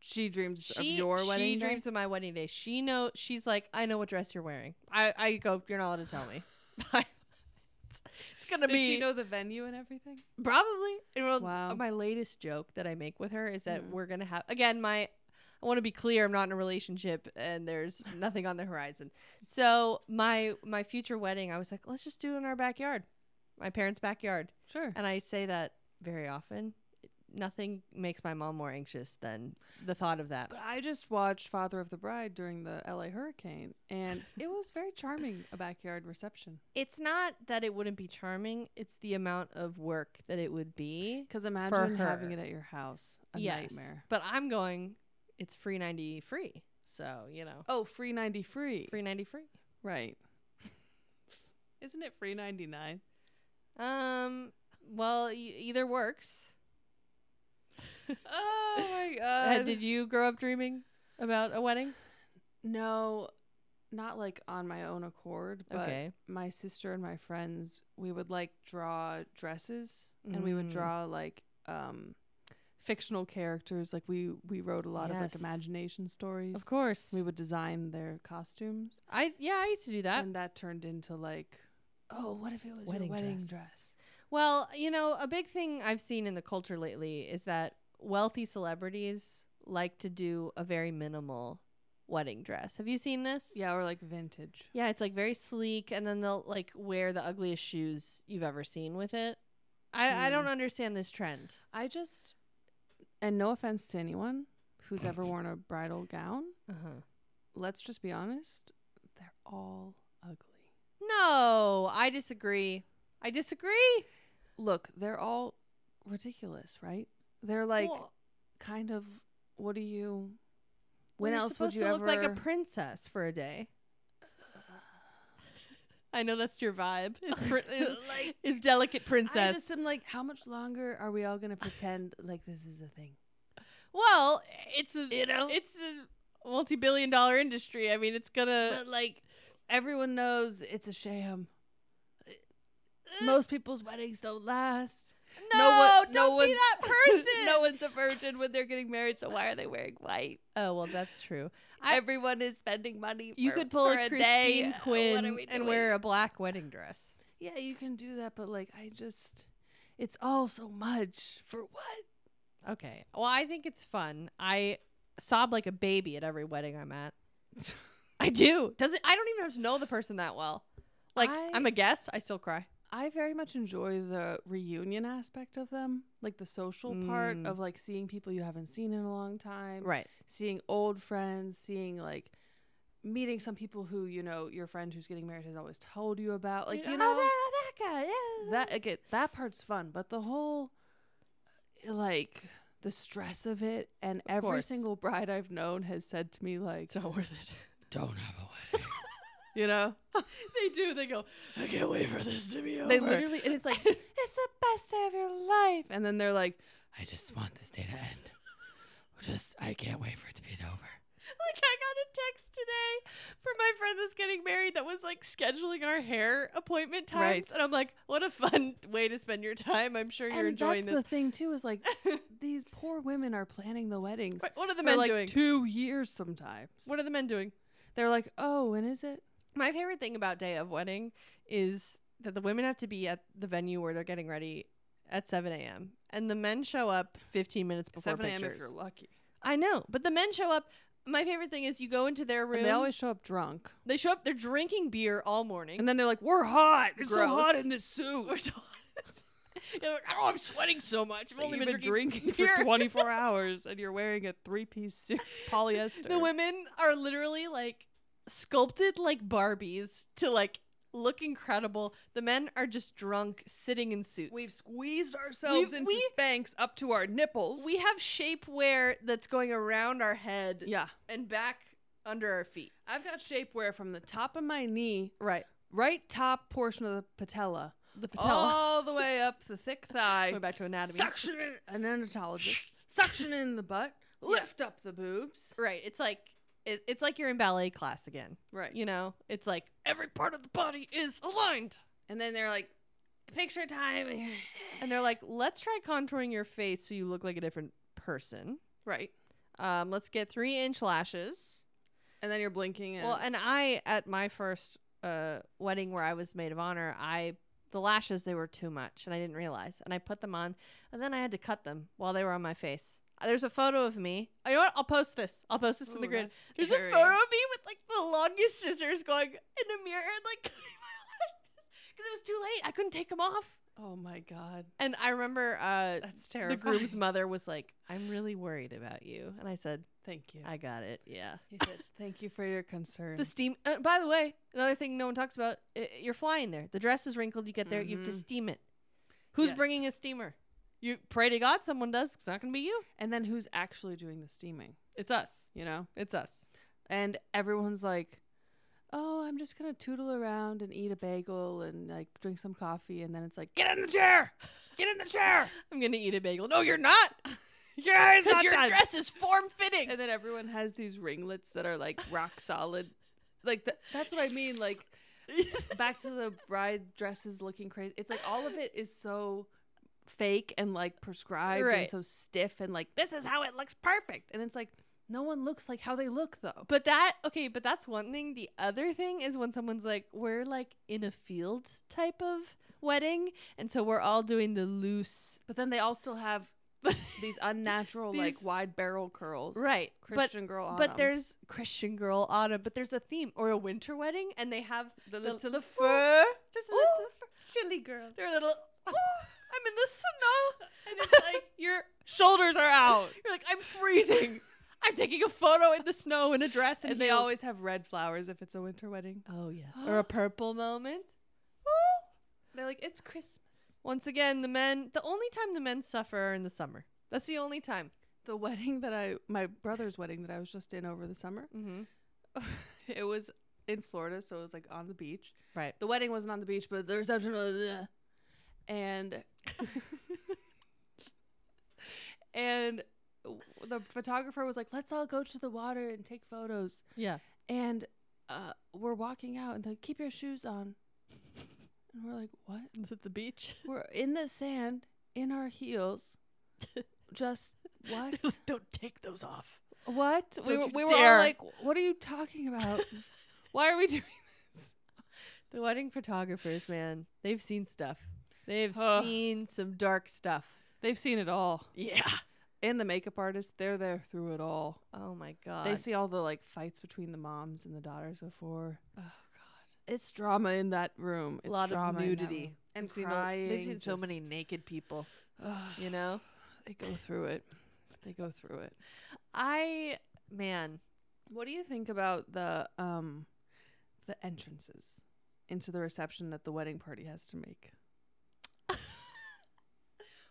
Speaker 1: She dreams
Speaker 2: She,
Speaker 1: of your wedding
Speaker 2: she
Speaker 1: day.
Speaker 2: dreams of my wedding day. She know she's like, I know what dress you're wearing. I, I go, you're not allowed to tell me. it's, it's gonna
Speaker 1: Does
Speaker 2: be
Speaker 1: she know the venue and everything?
Speaker 2: probably. And well,
Speaker 1: Wow.
Speaker 2: My latest joke that I make with her is that
Speaker 1: Mm.
Speaker 2: we're gonna have again. My I want to be clear. I'm not in a relationship, and there's nothing on the horizon. So my my future wedding, I was like, let's just do it in our backyard, my parents' backyard.
Speaker 1: Sure.
Speaker 2: And I say that very often. Nothing makes my mom more anxious than the thought of that.
Speaker 1: But I just watched Father of the Bride during the LA hurricane, and it was very charming a backyard reception.
Speaker 2: It's not that it wouldn't be charming, it's the amount of work that it would be.
Speaker 1: Because imagine having
Speaker 2: her.
Speaker 1: it at your house, a nightmare.
Speaker 2: But I'm going, it's free 90 free. So, you know,
Speaker 1: Oh, free ninety free.
Speaker 2: free 90 free.
Speaker 1: Right. Isn't it free ninety nine?
Speaker 2: Um, well, e- either works.
Speaker 1: Oh my
Speaker 2: Uh,
Speaker 1: god.
Speaker 2: did you grow up dreaming about a wedding?
Speaker 1: no, not like on my own accord, but
Speaker 2: Okay.
Speaker 1: my sister and my friends, we would like draw dresses and we would
Speaker 2: Mm.
Speaker 1: draw like um fictional characters. Like we we wrote a lot of like
Speaker 2: Yes.
Speaker 1: imagination stories.
Speaker 2: Of course.
Speaker 1: We would design their costumes.
Speaker 2: I yeah, I used to do that.
Speaker 1: and that turned into like, oh, what if it was
Speaker 2: Wedding
Speaker 1: your wedding
Speaker 2: dress.
Speaker 1: dress?
Speaker 2: Well, you know, a big thing I've seen in the culture lately is that wealthy celebrities like to do a very minimal wedding dress. Have you seen this?
Speaker 1: Yeah, or like vintage.
Speaker 2: Yeah, it's like very sleek and then they'll like wear the ugliest shoes you've ever seen with it. I, I don't
Speaker 1: Hmm.
Speaker 2: understand this trend.
Speaker 1: I just, and no offense to anyone who's ever worn a bridal gown,
Speaker 2: Uh-huh.
Speaker 1: let's just be honest, they're all ugly.
Speaker 2: No, I disagree. I disagree.
Speaker 1: Look, they're all ridiculous, right? They're like
Speaker 2: Well,
Speaker 1: kind of, what do you?
Speaker 2: well,
Speaker 1: When
Speaker 2: you're
Speaker 1: else would
Speaker 2: supposed
Speaker 1: you
Speaker 2: to
Speaker 1: ever?
Speaker 2: look like a princess for a day? I know that's your vibe. Is, pr- is,
Speaker 1: Like-
Speaker 2: is delicate princess.
Speaker 1: I just am like, how much longer are we all gonna pretend like this is a thing?
Speaker 2: Well, it's a you know it's a multi-billion dollar industry. I mean, it's gonna
Speaker 1: But like, everyone knows it's a sham. Most people's weddings don't last.
Speaker 2: no,
Speaker 1: one- no
Speaker 2: don't be
Speaker 1: one's-
Speaker 2: that person.
Speaker 1: no one's a virgin when they're getting married, so why are they wearing white?
Speaker 2: Oh well, that's true. I-
Speaker 1: Everyone is spending money.
Speaker 2: You
Speaker 1: for-
Speaker 2: could pull
Speaker 1: for
Speaker 2: a
Speaker 1: day.
Speaker 2: Christine
Speaker 1: What are
Speaker 2: Quinn
Speaker 1: we
Speaker 2: and
Speaker 1: doing?
Speaker 2: wear a black wedding dress.
Speaker 1: Yeah, you can do that, but like, I just, it's all so much for what?
Speaker 2: Okay. Well, I think it's fun. I sob like a baby at every wedding I'm at. I do. Doesn't I don't even have to know the person that well. Like
Speaker 1: I-
Speaker 2: I'm a guest, I still cry.
Speaker 1: I very much enjoy the reunion aspect of them, like the social part
Speaker 2: Mm.
Speaker 1: of like seeing people you haven't seen in a long time,
Speaker 2: Right.
Speaker 1: seeing old friends, seeing like meeting some people who you know your friend who's getting married has always told you about. Like you know
Speaker 2: Ah, that, guy.
Speaker 1: that again, that part's fun, but the whole like the stress of it, and every
Speaker 2: course.
Speaker 1: single bride I've known has said to me like,
Speaker 2: it's not worth it.
Speaker 1: "Don't have a wedding," you know.
Speaker 2: they do. They go. I can't wait for this to be over.
Speaker 1: They literally, and it's like, it's the best day of your life. And then they're like,
Speaker 3: I just want this day to end. Just, I can't wait for it to be over.
Speaker 2: Like I got a text today from my friend that's getting married that was like scheduling our hair appointment
Speaker 1: Right.
Speaker 2: times, and I'm like, what a fun way to spend your time. I'm sure you're
Speaker 1: and
Speaker 2: enjoying
Speaker 1: that's
Speaker 2: this.
Speaker 1: the thing too is like these poor women are planning the weddings
Speaker 2: Right, what are the
Speaker 1: for
Speaker 2: men
Speaker 1: like
Speaker 2: doing?
Speaker 1: two years sometimes.
Speaker 2: what are the men doing?
Speaker 1: They're like, oh, when is it?
Speaker 2: My favorite thing about day of wedding is that the women have to be at the venue where they're getting ready at 7 a.m. and the men show up 15 minutes before pictures.
Speaker 1: lucky.
Speaker 2: I know, but the men show up. My favorite thing is you go into their room.
Speaker 1: And they always show up drunk,
Speaker 2: they show up. They're drinking beer all morning.
Speaker 1: and then they're like, we're hot. It's so hot
Speaker 2: Gross.
Speaker 1: in this suit.
Speaker 2: We're so You're like, oh, I'm sweating so much. I've
Speaker 1: It's like
Speaker 2: only
Speaker 1: you've
Speaker 2: been, drinking,
Speaker 1: for
Speaker 2: beer."
Speaker 1: 24 hours, and you're wearing a three-piece suit, polyester.
Speaker 2: The women are literally like sculpted like Barbies to like look incredible. The men are just drunk, sitting in suits.
Speaker 1: We've squeezed ourselves
Speaker 2: We've-
Speaker 1: into
Speaker 2: we-
Speaker 1: Spanx up to our nipples.
Speaker 2: We have shapewear that's going around our head
Speaker 1: yeah.
Speaker 2: and back under our feet.
Speaker 1: I've got shapewear from the top of my knee,
Speaker 2: Right.
Speaker 1: right top portion of the patella,
Speaker 2: The patella.
Speaker 1: all the way up the thick thigh.
Speaker 2: Going back to anatomy.
Speaker 1: Suction in an endocrinologist. suction in the butt. Lift up the boobs.
Speaker 2: Right. It's like it, it's like you're in ballet class again.
Speaker 1: Right.
Speaker 2: You know, it's like every part of the body is aligned.
Speaker 1: And then they're like, picture time.
Speaker 2: And they're like, let's try contouring your face so you look like a different person.
Speaker 1: right.
Speaker 2: Um, let's get three inch lashes.
Speaker 1: And then you're blinking. And
Speaker 2: Well, and I at my first uh, wedding where I was maid of honor, I the lashes they were too much, and I didn't realize, and I put them on, and then I had to cut them while they were on my face. Uh, There's a photo of me. Oh, you know what? I'll post this. I'll post this in the
Speaker 1: Ooh,
Speaker 2: grid.
Speaker 1: that's
Speaker 2: There's
Speaker 1: scary.
Speaker 2: a photo of me with like the longest scissors going in the mirror and like cutting my lashes because it was too late. I couldn't take them off.
Speaker 1: Oh my god,
Speaker 2: And I remember uh,
Speaker 1: that's
Speaker 2: the
Speaker 1: terrifying.
Speaker 2: groom's mother was like, "I'm really worried about you," and I said,
Speaker 1: Thank you.
Speaker 2: "I got it. Yeah."
Speaker 1: he said, "Thank you for your concern."
Speaker 2: The steam. Uh, by the way, another thing no one talks about: uh, you're flying there. The dress is wrinkled. You get there, you have to
Speaker 1: Mhm.
Speaker 2: steam it. Who's
Speaker 1: Yes.
Speaker 2: bringing a steamer? You pray to God someone does. It's not going to be you.
Speaker 1: and then who's actually doing the steaming?
Speaker 2: It's us.
Speaker 1: You know,
Speaker 2: It's us.
Speaker 1: and everyone's like, "Oh, I'm just gonna tootle around and eat a bagel and like drink some coffee," and then it's like, "Get in the chair, get in the chair."
Speaker 2: I'm going to eat a bagel. No, you're not,
Speaker 1: Yeah, it's
Speaker 2: because
Speaker 1: not
Speaker 2: your
Speaker 1: done.
Speaker 2: dress is form fitting.
Speaker 1: And then everyone has these ringlets that are like rock solid. Like th- that's what I mean. Like back to the bride dresses looking crazy. It's like all of it is so fake and like prescribed and
Speaker 2: Right.
Speaker 1: so stiff and like this is how it looks perfect. And it's like no one looks like how they look though.
Speaker 2: But that okay, but that's one thing. The other thing is when someone's like, we're like in a field type of wedding, and so we're all doing the loose,
Speaker 1: But then they all still have these unnatural like
Speaker 2: These-
Speaker 1: wide barrel curls.
Speaker 2: right? but
Speaker 1: Christian girl on
Speaker 2: But there's Christian girl autumn, but there's a theme or a winter wedding, and they have
Speaker 1: the,
Speaker 2: the,
Speaker 1: little
Speaker 2: the fur.
Speaker 1: just a
Speaker 2: Ooh.
Speaker 1: little chilly girl.
Speaker 2: They're little. "Oh, I'm in the snow, and it's like you're
Speaker 1: Shoulders are out.
Speaker 2: you're like I'm freezing. I'm taking a photo in the snow in a dress, and,
Speaker 1: And they
Speaker 2: heels."
Speaker 1: always have red flowers if it's a winter wedding.
Speaker 2: oh yes, or a purple moment.
Speaker 1: They're like, it's Christmas.
Speaker 2: Once again, the men. The only time the men suffer are in the summer. That's the only time.
Speaker 1: The wedding that I, my brother's wedding that I was just in over the summer,
Speaker 2: Mm-hmm.
Speaker 1: it was in Florida, so it was like on the beach.
Speaker 2: Right.
Speaker 1: The wedding wasn't on the beach, but the reception was. uh, and and w- the photographer was like, "Let's all go to the water and take photos."
Speaker 2: Yeah.
Speaker 1: And uh, we're walking out, and they keep your shoes on. And we're like, "What?"
Speaker 2: Is it the beach?
Speaker 1: We're in the sand in our heels. Just what?
Speaker 2: Don't take those off.
Speaker 1: What? we
Speaker 2: Don't
Speaker 1: were, we
Speaker 2: you
Speaker 1: were all
Speaker 2: dare.
Speaker 1: like, what are you talking about? Why are we doing
Speaker 2: The wedding photographers, man, they've seen stuff. They've
Speaker 1: Ugh.
Speaker 2: seen some dark stuff.
Speaker 1: They've seen it all.
Speaker 2: Yeah.
Speaker 1: And the makeup artists, they're there through it all.
Speaker 2: Oh my god.
Speaker 1: They see all the like fights between the moms and the daughters before. Oh god. It's drama in that room. It's
Speaker 2: a lot of
Speaker 1: drama in that
Speaker 2: nudity.
Speaker 1: room. And
Speaker 2: They've seen the-
Speaker 1: crying.
Speaker 2: they've seen so
Speaker 1: just-
Speaker 2: many naked people.
Speaker 1: Ugh,
Speaker 2: You know,
Speaker 1: they go through it. They go through it.
Speaker 2: I man,
Speaker 1: What do you think about the um the entrances into the reception that the wedding party has to make?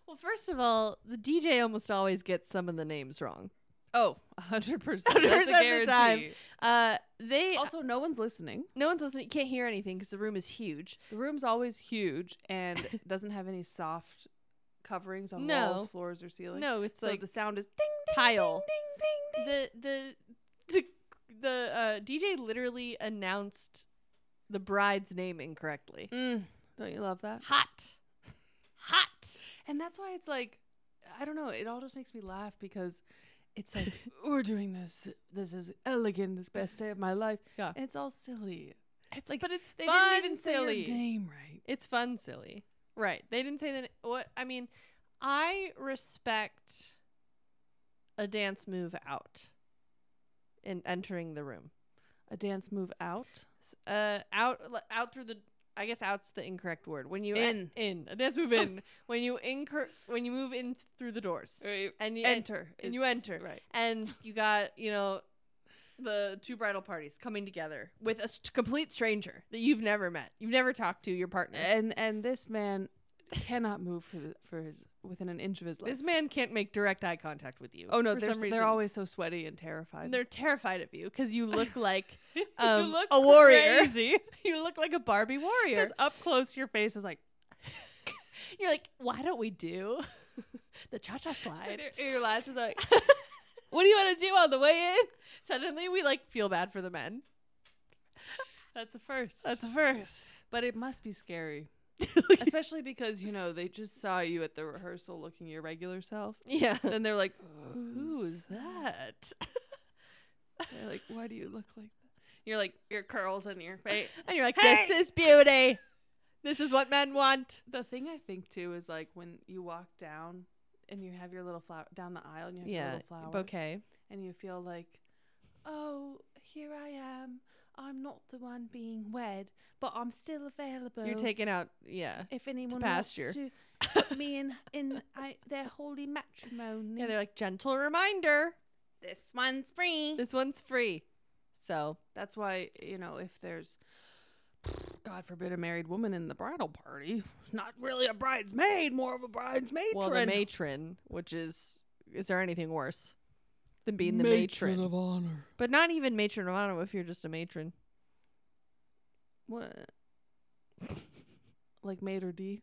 Speaker 2: Well, first of all, the DJ almost always gets some of the names wrong.
Speaker 1: Oh, a 100%.
Speaker 2: 100%
Speaker 1: That's a
Speaker 2: of the time.
Speaker 1: guarantee.
Speaker 2: Uh, they
Speaker 1: Also, no one's listening.
Speaker 2: no one's listening. You can't hear anything because the room is huge.
Speaker 1: The room's always huge and doesn't have any soft coverings on
Speaker 2: No.
Speaker 1: walls, floors, or ceiling.
Speaker 2: No, it's
Speaker 1: So
Speaker 2: like
Speaker 1: the sound is ding, ding,
Speaker 2: tile.
Speaker 1: ding, ding, ding.
Speaker 2: the the the the uh, DJ literally announced the bride's name incorrectly.
Speaker 1: Mm, don't you love that?
Speaker 2: Hot, hot.
Speaker 1: And that's why it's like, I don't know. It all just makes me laugh because it's like we're doing this. This is elegant. This best day of my life.
Speaker 2: Yeah.
Speaker 1: And it's all silly.
Speaker 2: It's
Speaker 1: Like,
Speaker 2: like, but it's
Speaker 1: They
Speaker 2: fun,
Speaker 1: didn't even
Speaker 2: silly.
Speaker 1: say your name right.
Speaker 2: It's fun, silly. Right? They didn't say that. What I mean, I respect a dance move out in entering the room.
Speaker 1: A dance move out.
Speaker 2: S- uh out l- out through the I guess out's the incorrect word. When you e
Speaker 1: In.
Speaker 2: in a dance move in when you incur when you move in through the doors and you
Speaker 1: enter.
Speaker 2: and you
Speaker 1: is-
Speaker 2: enter.
Speaker 1: Right.
Speaker 2: and you got you know the two bridal parties coming together with a st- complete stranger that you've never met, you've never talked to your partner.
Speaker 1: And and this man cannot move for, the, for his within an inch of his life.
Speaker 2: this man can't make direct eye contact with you.
Speaker 1: oh no,
Speaker 2: for
Speaker 1: they're,
Speaker 2: some
Speaker 1: s-
Speaker 2: reason.
Speaker 1: they're always so sweaty and terrified.
Speaker 2: they're terrified of you because you look like
Speaker 1: you
Speaker 2: um,
Speaker 1: look
Speaker 2: a warrior.
Speaker 1: crazy.
Speaker 2: you look like a Barbie warrior.
Speaker 1: Because up close, your face is like
Speaker 2: You're like, why don't we do the cha cha slide?
Speaker 1: your lashes like.
Speaker 2: what do you want to do on the way in? Suddenly, we like feel bad for the men.
Speaker 1: That's a first.
Speaker 2: That's a first.
Speaker 1: but it must be scary, especially because you know they just saw you at the rehearsal looking your regular self.
Speaker 2: yeah.
Speaker 1: Then they're like,
Speaker 2: Who is that?
Speaker 1: They're like, why do you look like that? You're like your curls and your face.
Speaker 2: And you're like,
Speaker 1: Hey!
Speaker 2: this is beauty. This is what men want.
Speaker 1: The thing I think too is like when you walk down and you have your little flower down the aisle and you have your little flowers
Speaker 2: bouquet.
Speaker 1: and you feel like, oh, here I am. I'm not the one being wed, but I'm still available.
Speaker 2: You're taking out, yeah.
Speaker 1: if anyone
Speaker 2: pasture.
Speaker 1: wants to put me in in I, their holy matrimony.
Speaker 2: Yeah, they're like, gentle reminder.
Speaker 1: this one's free.
Speaker 2: This one's free. So,
Speaker 1: That's why, you know, if there's, God forbid, a married woman in the bridal party, it's not really a bridesmaid, more of a bridesmaid.
Speaker 2: well, the matron, which is, is there anything worse than being the matron?
Speaker 1: of honor.
Speaker 2: But not even matron of honor if you're just a matron.
Speaker 1: What? like maitre d?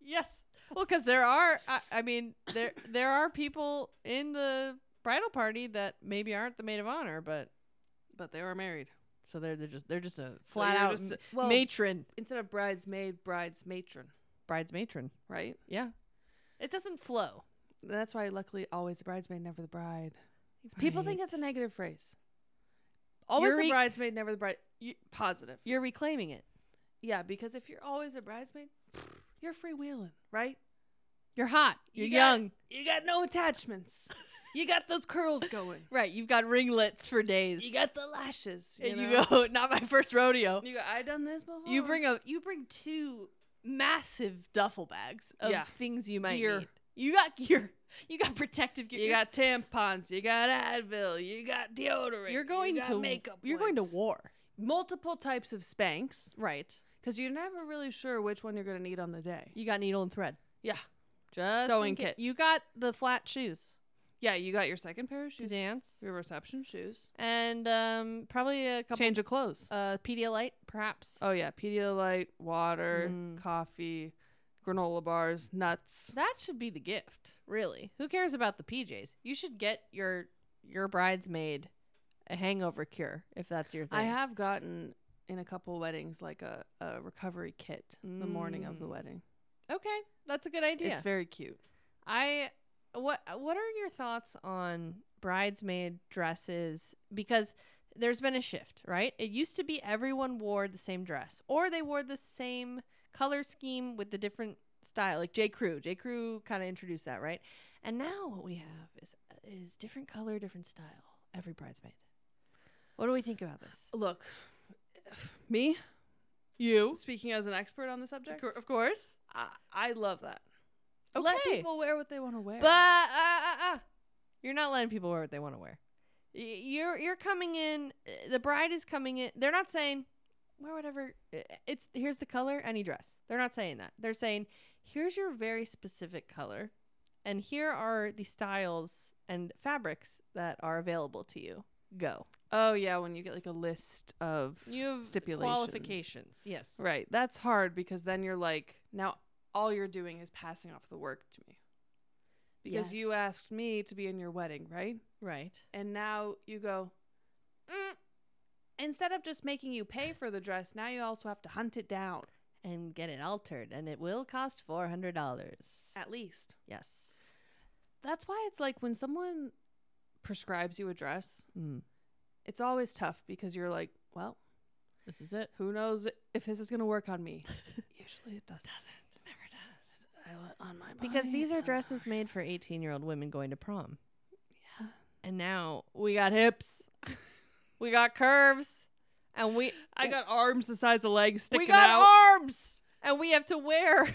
Speaker 2: Yes. Well, because there are, I, I mean, there there are people in the bridal party that maybe aren't the maid of honor, but
Speaker 1: But they were married.
Speaker 2: so they're they're just they're just a
Speaker 1: So
Speaker 2: flat
Speaker 1: you're
Speaker 2: out
Speaker 1: just-
Speaker 2: m-
Speaker 1: well-
Speaker 2: matron,
Speaker 1: Instead of bridesmaid, brides matron,
Speaker 2: bride's matron.
Speaker 1: right?
Speaker 2: Yeah, it doesn't flow.
Speaker 1: That's why, luckily, always the bridesmaid, never the bride. People think it's a negative phrase. Always
Speaker 2: You're
Speaker 1: the
Speaker 2: re-
Speaker 1: bridesmaid, never the bride. You, positive.
Speaker 2: You're reclaiming it.
Speaker 1: Yeah, because if you're always a bridesmaid, you're freewheeling, right?
Speaker 2: You're hot.
Speaker 1: You
Speaker 2: You're
Speaker 1: got-
Speaker 2: young.
Speaker 1: You got no attachments. you got those curls going.
Speaker 2: Right. You've got ringlets for days.
Speaker 1: You got the lashes. You
Speaker 2: and you
Speaker 1: know?
Speaker 2: go. Not my first rodeo.
Speaker 1: You go. I done this before.
Speaker 2: You bring a you bring two massive duffel bags of
Speaker 1: Yeah.
Speaker 2: things you might
Speaker 1: Gear.
Speaker 2: need. You got gear. You got protective gear.
Speaker 1: You got tampons. You got Advil. You got deodorant.
Speaker 2: You're going
Speaker 1: you got
Speaker 2: to
Speaker 1: makeup.
Speaker 2: You're going to
Speaker 1: wipes.
Speaker 2: war.
Speaker 1: multiple types of spanks
Speaker 2: Right.
Speaker 1: because you're never really sure which one you're going to need on the day.
Speaker 2: You got needle and thread.
Speaker 1: Yeah,
Speaker 2: Just
Speaker 1: Sewing
Speaker 2: in ca-
Speaker 1: kit.
Speaker 2: You got the flat shoes
Speaker 1: yeah. You got your second pair of shoes,
Speaker 2: to dance,
Speaker 1: your reception shoes,
Speaker 2: and um, probably a couple
Speaker 1: change of clothes.
Speaker 2: uh Pedialyte, perhaps.
Speaker 1: oh yeah, Pedialyte, water,
Speaker 2: Mm.
Speaker 1: coffee, granola bars, nuts.
Speaker 2: That should be the gift, really. Who cares about the PJs? You should get your your bridesmaid a hangover cure if that's your thing.
Speaker 1: I have gotten in a couple weddings like a, a recovery kit the morning of the
Speaker 2: Mm.
Speaker 1: wedding.
Speaker 2: okay, that's a good idea.
Speaker 1: It's very cute.
Speaker 2: I what what are your thoughts on bridesmaid dresses because there's been a shift, right? It used to be everyone wore the same dress or they wore the same color scheme with the different style like J Crew. J Crew kind of introduced that, right? And now what we have is is different color, different style every bridesmaid. What do we think about this?
Speaker 1: Look, me, you, speaking as an expert on the subject,
Speaker 2: course.
Speaker 1: I, I love that.
Speaker 2: Okay.
Speaker 1: Let people wear what they want to wear.
Speaker 2: But uh, uh, uh, you're not letting people wear what they want to wear. Y- You're you're coming in. uh, The bride is coming in. They're not saying wear whatever. uh, It's here's the color, any dress. They're not saying that. They're saying here's your very specific color, and here are the styles and fabrics that are available to you. Go.
Speaker 1: oh yeah, when you get like a list of
Speaker 2: You have
Speaker 1: Stipulations.
Speaker 2: qualifications. Yes.
Speaker 1: right, that's hard because then you're like now all you're doing is passing off the work to me because you
Speaker 2: Yes.
Speaker 1: asked me to be in your wedding, right?
Speaker 2: Right.
Speaker 1: And now you go, "Mm." instead of just making you pay for the dress, now you also have to hunt it down,
Speaker 2: And get it altered, and it will cost four hundred dollars.
Speaker 1: at least.
Speaker 2: Yes.
Speaker 1: That's why it's like when someone prescribes you a dress,
Speaker 2: Mm.
Speaker 1: it's always tough because you're like, well,
Speaker 2: This is it.
Speaker 1: who knows if this is going to work on me? Usually it doesn't.
Speaker 2: Never does.
Speaker 1: I wa- on my
Speaker 2: Because
Speaker 1: body,
Speaker 2: these are
Speaker 1: on my-
Speaker 2: dresses made for 18 year old women going to prom. Yeah. And now we got hips, we got curves, and we
Speaker 1: I got arms the size of legs sticking
Speaker 2: we got
Speaker 1: out.
Speaker 2: arms, and we have to wear.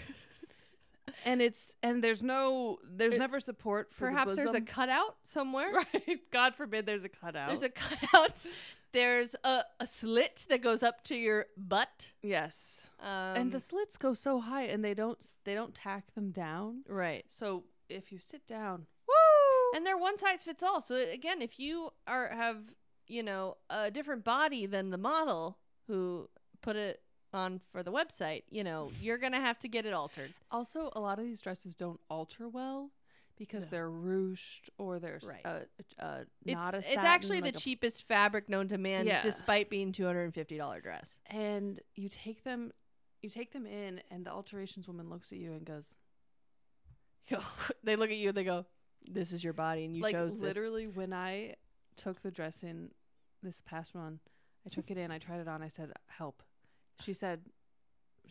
Speaker 1: and it's and there's no there's
Speaker 2: It-
Speaker 1: never support for
Speaker 2: Perhaps
Speaker 1: the
Speaker 2: there's a
Speaker 1: bosom.
Speaker 2: cutout somewhere.
Speaker 1: right god forbid there's a cutout
Speaker 2: There's a cutout. There's a, a slit that goes up to your butt.
Speaker 1: yes
Speaker 2: Um,
Speaker 1: and the slits go so high and they don't s- they don't tack them down
Speaker 2: right.
Speaker 1: so if you sit down
Speaker 2: Woo! And they're one size fits all. So again, if you are have you know a different body than the model who put it on for the website, you know you're gonna have to get it altered.
Speaker 1: also a lot of these dresses don't alter well because
Speaker 2: No.
Speaker 1: they're ruched or they're s-
Speaker 2: Right.
Speaker 1: uh, uh,
Speaker 2: It's
Speaker 1: not a
Speaker 2: it's
Speaker 1: satin,
Speaker 2: actually
Speaker 1: like
Speaker 2: the
Speaker 1: a-
Speaker 2: cheapest fabric known to man,
Speaker 1: Yeah.
Speaker 2: despite being two hundred and fifty dollar dress.
Speaker 1: and you take them you take them in and the alterations woman looks at you and goes
Speaker 2: they look at you and they go, "This is your body, and you
Speaker 1: like
Speaker 2: chose this."
Speaker 1: literally when I took the dress in this past one, I took it in, I tried it on, I said, Help. She said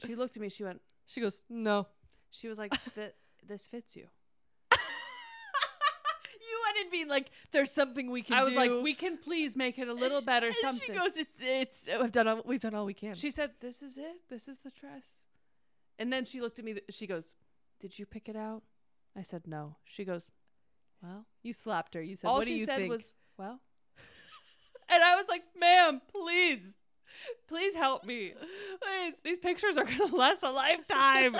Speaker 1: she looked at me, she went
Speaker 2: She goes, "No."
Speaker 1: she was like, "Th- this fits you.
Speaker 2: you wouldn't be like, "There's something we can."
Speaker 1: I was
Speaker 2: do.
Speaker 1: like, we can please make it a little better
Speaker 2: And
Speaker 1: something.
Speaker 2: She goes, "It's it's we've done all we've done all we can."
Speaker 1: She said, This is it. This is the dress. And then she looked at me, th- she goes, Did you pick it out? I said, No. She goes, Well,
Speaker 2: You slapped her. You said,
Speaker 1: all
Speaker 2: "What
Speaker 1: she
Speaker 2: do you
Speaker 1: said
Speaker 2: think?"
Speaker 1: was, Well, and I was like, Ma'am, please, please help me. Please, these pictures are going to last a lifetime.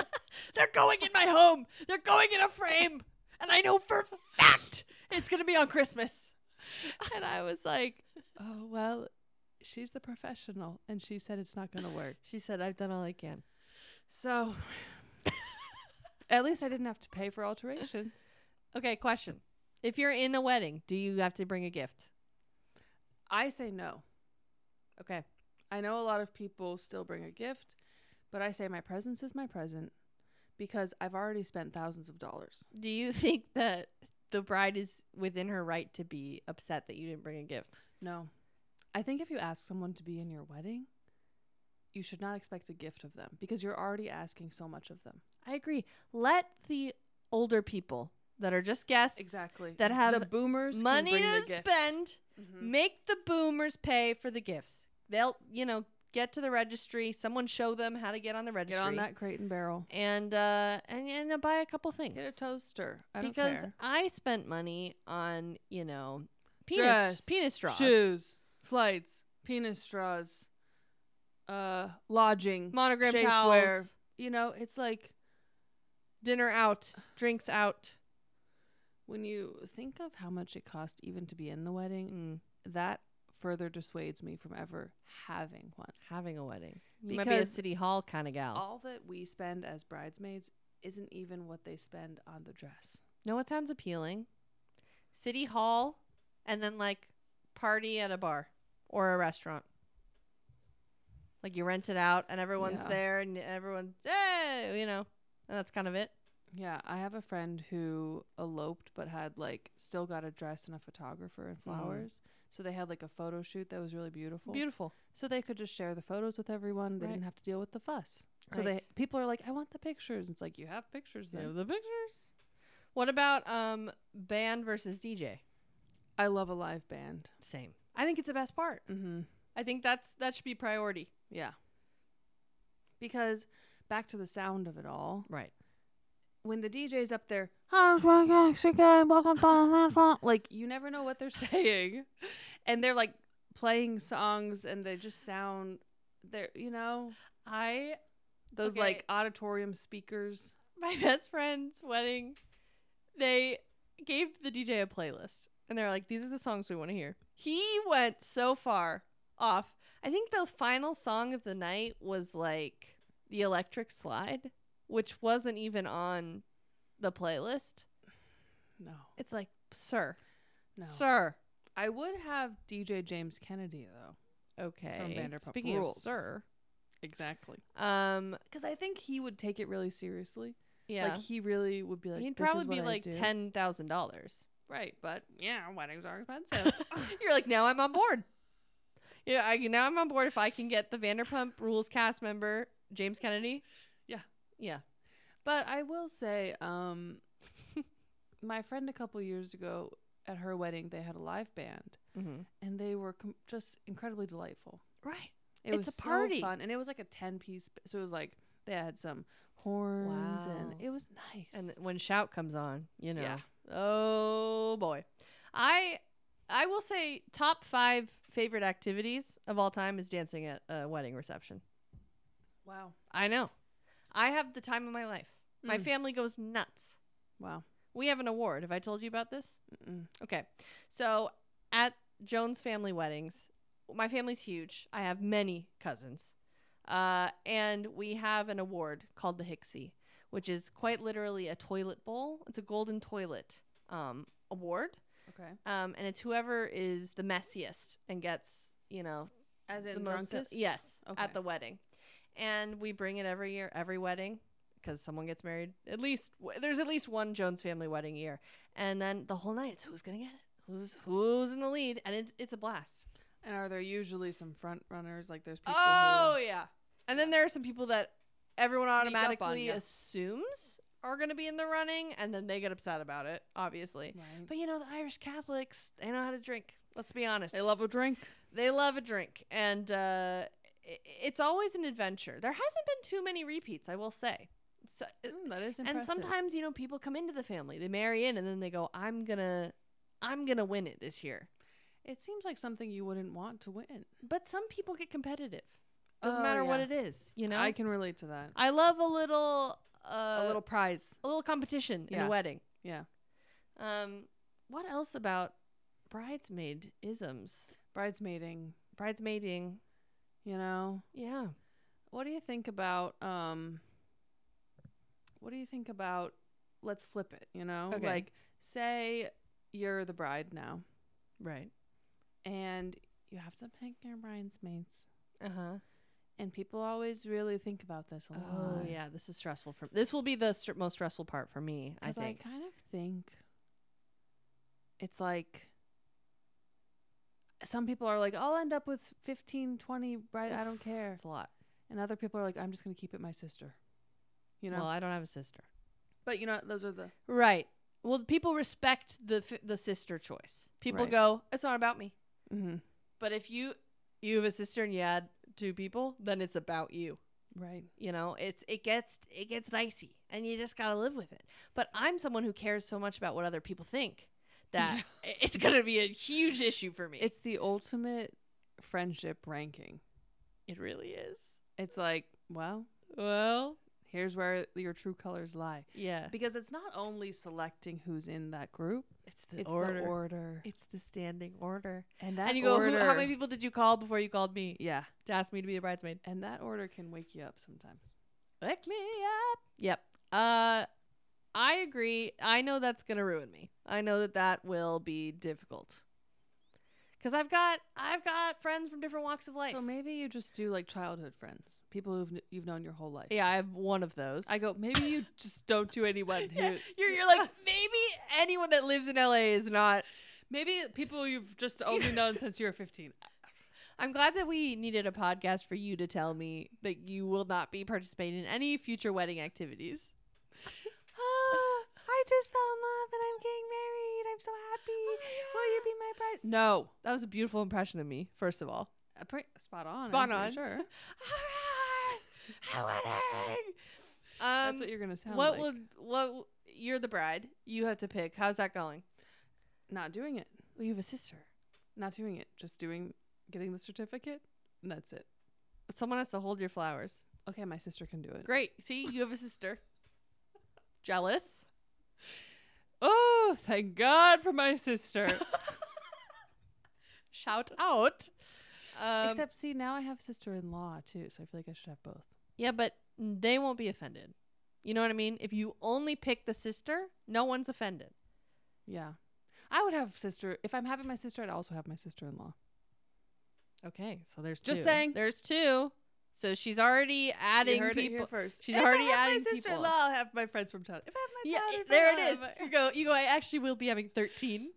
Speaker 2: They're going in my home. They're going in a frame, and I know for a fact it's gonna be on Christmas.
Speaker 1: and I was like, oh, well, she's the professional. And she said it's not going to work.
Speaker 2: She said, "I've done all I can."
Speaker 1: So at least I didn't have to pay for alterations.
Speaker 2: Okay, question: If you're in a wedding, do you have to bring a gift?
Speaker 1: I say no.
Speaker 2: Okay,
Speaker 1: I know a lot of people still bring a gift, but I say my presence is my present because I've already spent thousands of dollars.
Speaker 2: do you think that the bride is within her right to be upset that you didn't bring a gift?
Speaker 1: No. I think if you ask someone to be in your wedding, you should not expect a gift of them because you're already asking so much of them.
Speaker 2: I agree. Let the older people that are just guests
Speaker 1: Exactly.
Speaker 2: That have
Speaker 1: the boomers can
Speaker 2: money
Speaker 1: bring the
Speaker 2: to
Speaker 1: gifts.
Speaker 2: spend.
Speaker 1: Mhm.
Speaker 2: Make the boomers pay for the gifts. They'll, you know, get to the registry. Someone show them how to get on the registry.
Speaker 1: Get on that crate and barrel.
Speaker 2: And uh, and and uh, buy a couple things.
Speaker 1: Get a toaster. I don't
Speaker 2: because
Speaker 1: care.
Speaker 2: I spent money on you know penis
Speaker 1: Dress,
Speaker 2: penis straws,
Speaker 1: shoes, flights, penis straws, uh, lodging,
Speaker 2: monogram
Speaker 1: shapewear.
Speaker 2: towels,
Speaker 1: You know, it's like
Speaker 2: dinner out, drinks out.
Speaker 1: when you think of how much it cost even to be in the wedding,
Speaker 2: Mm,
Speaker 1: that further dissuades me from ever having one.
Speaker 2: having a wedding. You might be a
Speaker 1: Because-
Speaker 2: city hall kind of gal.
Speaker 1: All that we spend as bridesmaids isn't even what they spend on the dress.
Speaker 2: No, it sounds appealing. City hall, and then like party at a bar or a restaurant. Like you rent it out, and everyone's
Speaker 1: Yeah.
Speaker 2: there, and everyone's hey, you know, and that's kind of it.
Speaker 1: Yeah, I have a friend who eloped but had like still got a dress and a photographer and flowers. So they had like a photo shoot that was really
Speaker 2: Beautiful.
Speaker 1: So they could just share the photos with everyone. They
Speaker 2: Right.
Speaker 1: didn't have to deal with the fuss. So they
Speaker 2: Right.
Speaker 1: people are like, I want the pictures. It's like you have pictures then.
Speaker 2: the pictures. What about um band versus DJ?
Speaker 1: I love a live band.
Speaker 2: Same. I think it's the best part.
Speaker 1: Mm-hmm.
Speaker 2: I think that's that should be priority.
Speaker 1: Yeah. Because back to the sound of it all.
Speaker 2: Right.
Speaker 1: When the DJ's up there, like you never know what they're saying, and they're like playing songs, and they just sound, they're you know
Speaker 2: I
Speaker 1: those
Speaker 2: Okay.
Speaker 1: like auditorium speakers.
Speaker 2: my best friend's wedding, they gave the DJ a playlist and they're like, these are the songs we want to hear. He went so far off. I think the final song of the night was like The Electric Slide, which wasn't even on the playlist.
Speaker 1: No.
Speaker 2: It's like, sir,
Speaker 1: No.
Speaker 2: sir.
Speaker 1: I would have DJ James Kennedy though.
Speaker 2: Okay.
Speaker 1: Vanderpump
Speaker 2: Speaking
Speaker 1: Rules.
Speaker 2: of sir,
Speaker 1: Exactly.
Speaker 2: um,
Speaker 1: Because I think he would take it really seriously.
Speaker 2: yeah,
Speaker 1: Like he really would be like.
Speaker 2: he'd
Speaker 1: "This is
Speaker 2: probably be
Speaker 1: what I
Speaker 2: like
Speaker 1: do."
Speaker 2: ten thousand dollars.
Speaker 1: Right, but yeah, weddings are expensive.
Speaker 2: You're like, now I'm on board. Yeah, I, now I'm on board if I can get the Vanderpump Rules cast member James Kennedy.
Speaker 1: Yeah.
Speaker 2: yeah.
Speaker 1: But I will say, um, my friend a couple years ago at her wedding, they had a live band,
Speaker 2: Mm-hmm.
Speaker 1: and they were com- just incredibly delightful.
Speaker 2: Right.
Speaker 1: It
Speaker 2: It's
Speaker 1: was
Speaker 2: a
Speaker 1: so
Speaker 2: party.
Speaker 1: fun, and it was like a ten piece. So it was like they had some horns, and
Speaker 2: Wow.
Speaker 1: it was nice.
Speaker 2: And when shout comes on, you know.
Speaker 1: Yeah.
Speaker 2: Oh boy. I I will say top 5 favorite activities of all time is dancing at a wedding reception.
Speaker 1: wow,
Speaker 2: I know. I have the time of my life. My
Speaker 1: Mm.
Speaker 2: family goes nuts.
Speaker 1: wow,
Speaker 2: We have an award. Have I told you about this?
Speaker 1: Mm-mm.
Speaker 2: Okay. So at Joan's family weddings, my family's huge. I have many cousins. Uh, and we have an award called the Hixie, which is quite literally a toilet bowl. It's a golden toilet um, award.
Speaker 1: okay.
Speaker 2: Um, and it's whoever is the messiest and gets, you know,
Speaker 1: As in
Speaker 2: the most. uh,
Speaker 1: drunkest.
Speaker 2: yes.
Speaker 1: Okay.
Speaker 2: At the wedding. And we bring it every year, every wedding. Because someone gets married, at least w- there's at least one Jones family wedding a year, and then the whole night it's who's gonna get it, who's who's in the lead, and it's it's a blast.
Speaker 1: And are there usually some front runners? Like there's people.
Speaker 2: Oh yeah. And then
Speaker 1: Yeah.
Speaker 2: there are some people that everyone
Speaker 1: Sneak up on
Speaker 2: automatically
Speaker 1: ya.
Speaker 2: assumes are going to be in the running, and then they get upset about it, obviously.
Speaker 1: who, right.
Speaker 2: But you know, the Irish Catholics, they know how to drink. Let's be honest.
Speaker 1: they love a drink.
Speaker 2: they love a drink, and uh, i- it's always an adventure. There hasn't been too many repeats, I will say. So,
Speaker 1: Mm, that is impressive.
Speaker 2: and sometimes you know people come into the family, they marry in, and then they go, "I'm gonna, I'm gonna win it this year."
Speaker 1: it seems like something you wouldn't want to win.
Speaker 2: But some people get competitive. Doesn't
Speaker 1: Oh,
Speaker 2: matter what
Speaker 1: yeah.
Speaker 2: it is, you know.
Speaker 1: I can relate to that.
Speaker 2: I love a little uh,
Speaker 1: a little prize.
Speaker 2: a little competition in
Speaker 1: Yeah.
Speaker 2: a wedding.
Speaker 1: Yeah.
Speaker 2: Um, what else about bridesmaid isms?
Speaker 1: Bridesmaiding,
Speaker 2: Bridesmaiding.
Speaker 1: you know.
Speaker 2: Yeah.
Speaker 1: What do you think about um what do you think about let's flip it, you know?
Speaker 2: Okay.
Speaker 1: Like say you're the bride now
Speaker 2: Right.
Speaker 1: and you have to pick your bridesmaids.
Speaker 2: Uh huh.
Speaker 1: And people always really think about this a lot.
Speaker 2: Oh yeah, this is stressful for this will be the str- most stressful part for me. I
Speaker 1: Cuz I,
Speaker 2: think.
Speaker 1: kind of think it's like some people are like I'll end up with 15, 20 bride, I don't
Speaker 2: Oof,
Speaker 1: care.
Speaker 2: It's a lot.
Speaker 1: And other people are like I'm just going to keep it my sister. You know.
Speaker 2: Well, I don't have a sister.
Speaker 1: but you know those are the
Speaker 2: Right. Well, people respect the f- the sister choice. People
Speaker 1: Right.
Speaker 2: go, it's not about me. Mm-hmm.
Speaker 1: Mhm.
Speaker 2: But if you you have a sister and you add two people, then it's about you.
Speaker 1: Right.
Speaker 2: you know it's it gets it gets dicey and you just gotta live with it but i'm someone who cares so much about what other people think that i- it's gonna be a huge issue for me
Speaker 1: It's the ultimate friendship ranking.
Speaker 2: it really is
Speaker 1: It's like, well,
Speaker 2: well
Speaker 1: here's where your true colors lie.
Speaker 2: yeah
Speaker 1: Because it's not only selecting who's in that group,
Speaker 2: it's the
Speaker 1: it's
Speaker 2: order
Speaker 1: the order.
Speaker 2: it's the standing order
Speaker 1: And that
Speaker 2: and you go
Speaker 1: order,
Speaker 2: who, how many people did you call before you called me
Speaker 1: Yeah.
Speaker 2: to ask me to be a bridesmaid
Speaker 1: And that order can wake you up sometimes.
Speaker 2: wake me up yep uh i agree i know that's gonna ruin me i know that that will be difficult because i've got i've got friends from different walks of life
Speaker 1: So maybe you just do like childhood friends, people who've kn- you've known your whole life.
Speaker 2: Yeah, I have one of those.
Speaker 1: I go, maybe you just don't do anyone who
Speaker 2: Yeah, you're, you're like maybe anyone that lives in LA is not.
Speaker 1: maybe people you've just only known since you were 15.
Speaker 2: I'm glad that we needed a podcast for you to tell me that you will not be participating in any future wedding activities. Ah.
Speaker 1: I just fell in love and I'm getting married. I'm so happy. Will you be my bride? No.
Speaker 2: That was a beautiful impression of me, first of all.
Speaker 1: A pre- spot on. I'm
Speaker 2: Spot
Speaker 1: Uh, pretty
Speaker 2: on.
Speaker 1: Sure.
Speaker 2: Um, All right, a wedding.
Speaker 1: That's
Speaker 2: Um,
Speaker 1: what you're gonna sound
Speaker 2: what
Speaker 1: like.
Speaker 2: would what w- you're the bride? You have to pick. How's that going?
Speaker 1: not doing it.
Speaker 2: Well, Oh, you have a sister.
Speaker 1: Not doing it. Just doing getting the certificate and that's it.
Speaker 2: Someone has to hold your flowers.
Speaker 1: Okay, my sister can do it.
Speaker 2: Great. See, you have a sister. Jealous.
Speaker 1: Oh, thank God for my sister.
Speaker 2: Shout out. Um,
Speaker 1: Except see, now I have sister in law too, so I feel like I should have both.
Speaker 2: yeah, but they won't be offended. You know what I mean? If you only pick the sister, no one's offended.
Speaker 1: Yeah. I would have sister if I'm having my sister, I'd also have my sister in law.
Speaker 2: Okay, so there's
Speaker 1: Just
Speaker 2: two.
Speaker 1: saying.
Speaker 2: there's two. So she's already adding people.
Speaker 1: first.
Speaker 2: She's
Speaker 1: If I
Speaker 2: already
Speaker 1: have
Speaker 2: adding
Speaker 1: my sister in law,
Speaker 2: people.
Speaker 1: I'll have my friends from town. If I have my
Speaker 2: Yeah,
Speaker 1: town
Speaker 2: it-
Speaker 1: in
Speaker 2: there
Speaker 1: front, I'll
Speaker 2: it is.
Speaker 1: have my-
Speaker 2: You go. You go. I actually will be having thirteen.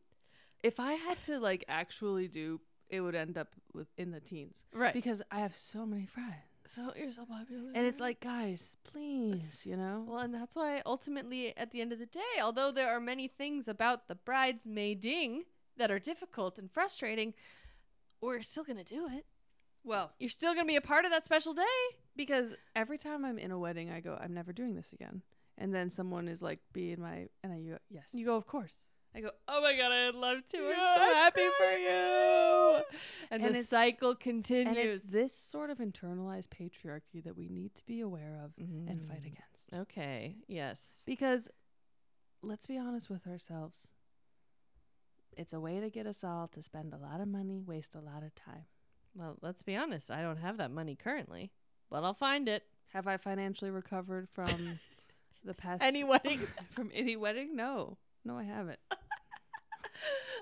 Speaker 1: If I had to like actually do it would end up with in the teens.
Speaker 2: Right.
Speaker 1: Because I have so many friends.
Speaker 2: so oh, you're so popular.
Speaker 1: And it's like, guys, please, you know?
Speaker 2: Well, and that's why ultimately, at the end of the day, although there are many things about the bridesmaiding that are difficult and frustrating, we're still going to do it.
Speaker 1: Well,
Speaker 2: You're still going to be a part of that special day.
Speaker 1: because every time I'm in a wedding, I go, I'm never doing this again. And then someone is like, be in my, and I go, yes.
Speaker 2: You go, of course.
Speaker 1: I go, oh my God, I'd love to. I'm
Speaker 2: Yeah,
Speaker 1: so
Speaker 2: I'm
Speaker 1: happy for
Speaker 2: crying.
Speaker 1: you.
Speaker 2: And,
Speaker 1: And
Speaker 2: the
Speaker 1: it's-
Speaker 2: cycle continues.
Speaker 1: And it's this sort of internalized patriarchy that we need to be aware of and fight against.
Speaker 2: Mm. Okay. Yes.
Speaker 1: Because let's be honest with ourselves. It's a way to get us all to spend a lot of money, waste a lot of time.
Speaker 2: Well, let's be honest. I don't have that money currently, but I'll find it.
Speaker 1: Have I financially recovered from the past
Speaker 2: Any wedding.
Speaker 1: from any wedding? No. No, I haven't.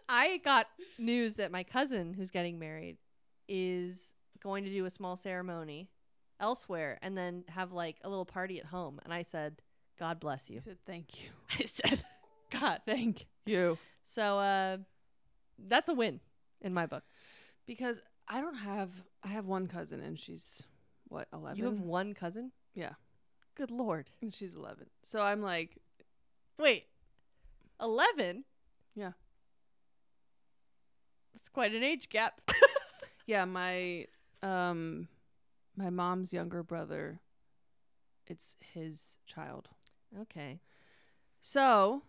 Speaker 2: I got news that my cousin, who's getting married, is going to do a small ceremony elsewhere and then have like a little party at home. And I said, God bless you.
Speaker 1: You said thank you.
Speaker 2: I said, God.
Speaker 1: Thank you.
Speaker 2: So uh, that's a win in my book.
Speaker 1: Because I don't have I have one cousin and she's what, eleven?
Speaker 2: You have one cousin?
Speaker 1: Yeah.
Speaker 2: Good Lord.
Speaker 1: and she's eleven. So I'm like
Speaker 2: Wait, 11?
Speaker 1: Yeah.
Speaker 2: That's quite an age gap.
Speaker 1: Yeah, my um my mom's younger brother it's his child.
Speaker 2: okay.
Speaker 1: So,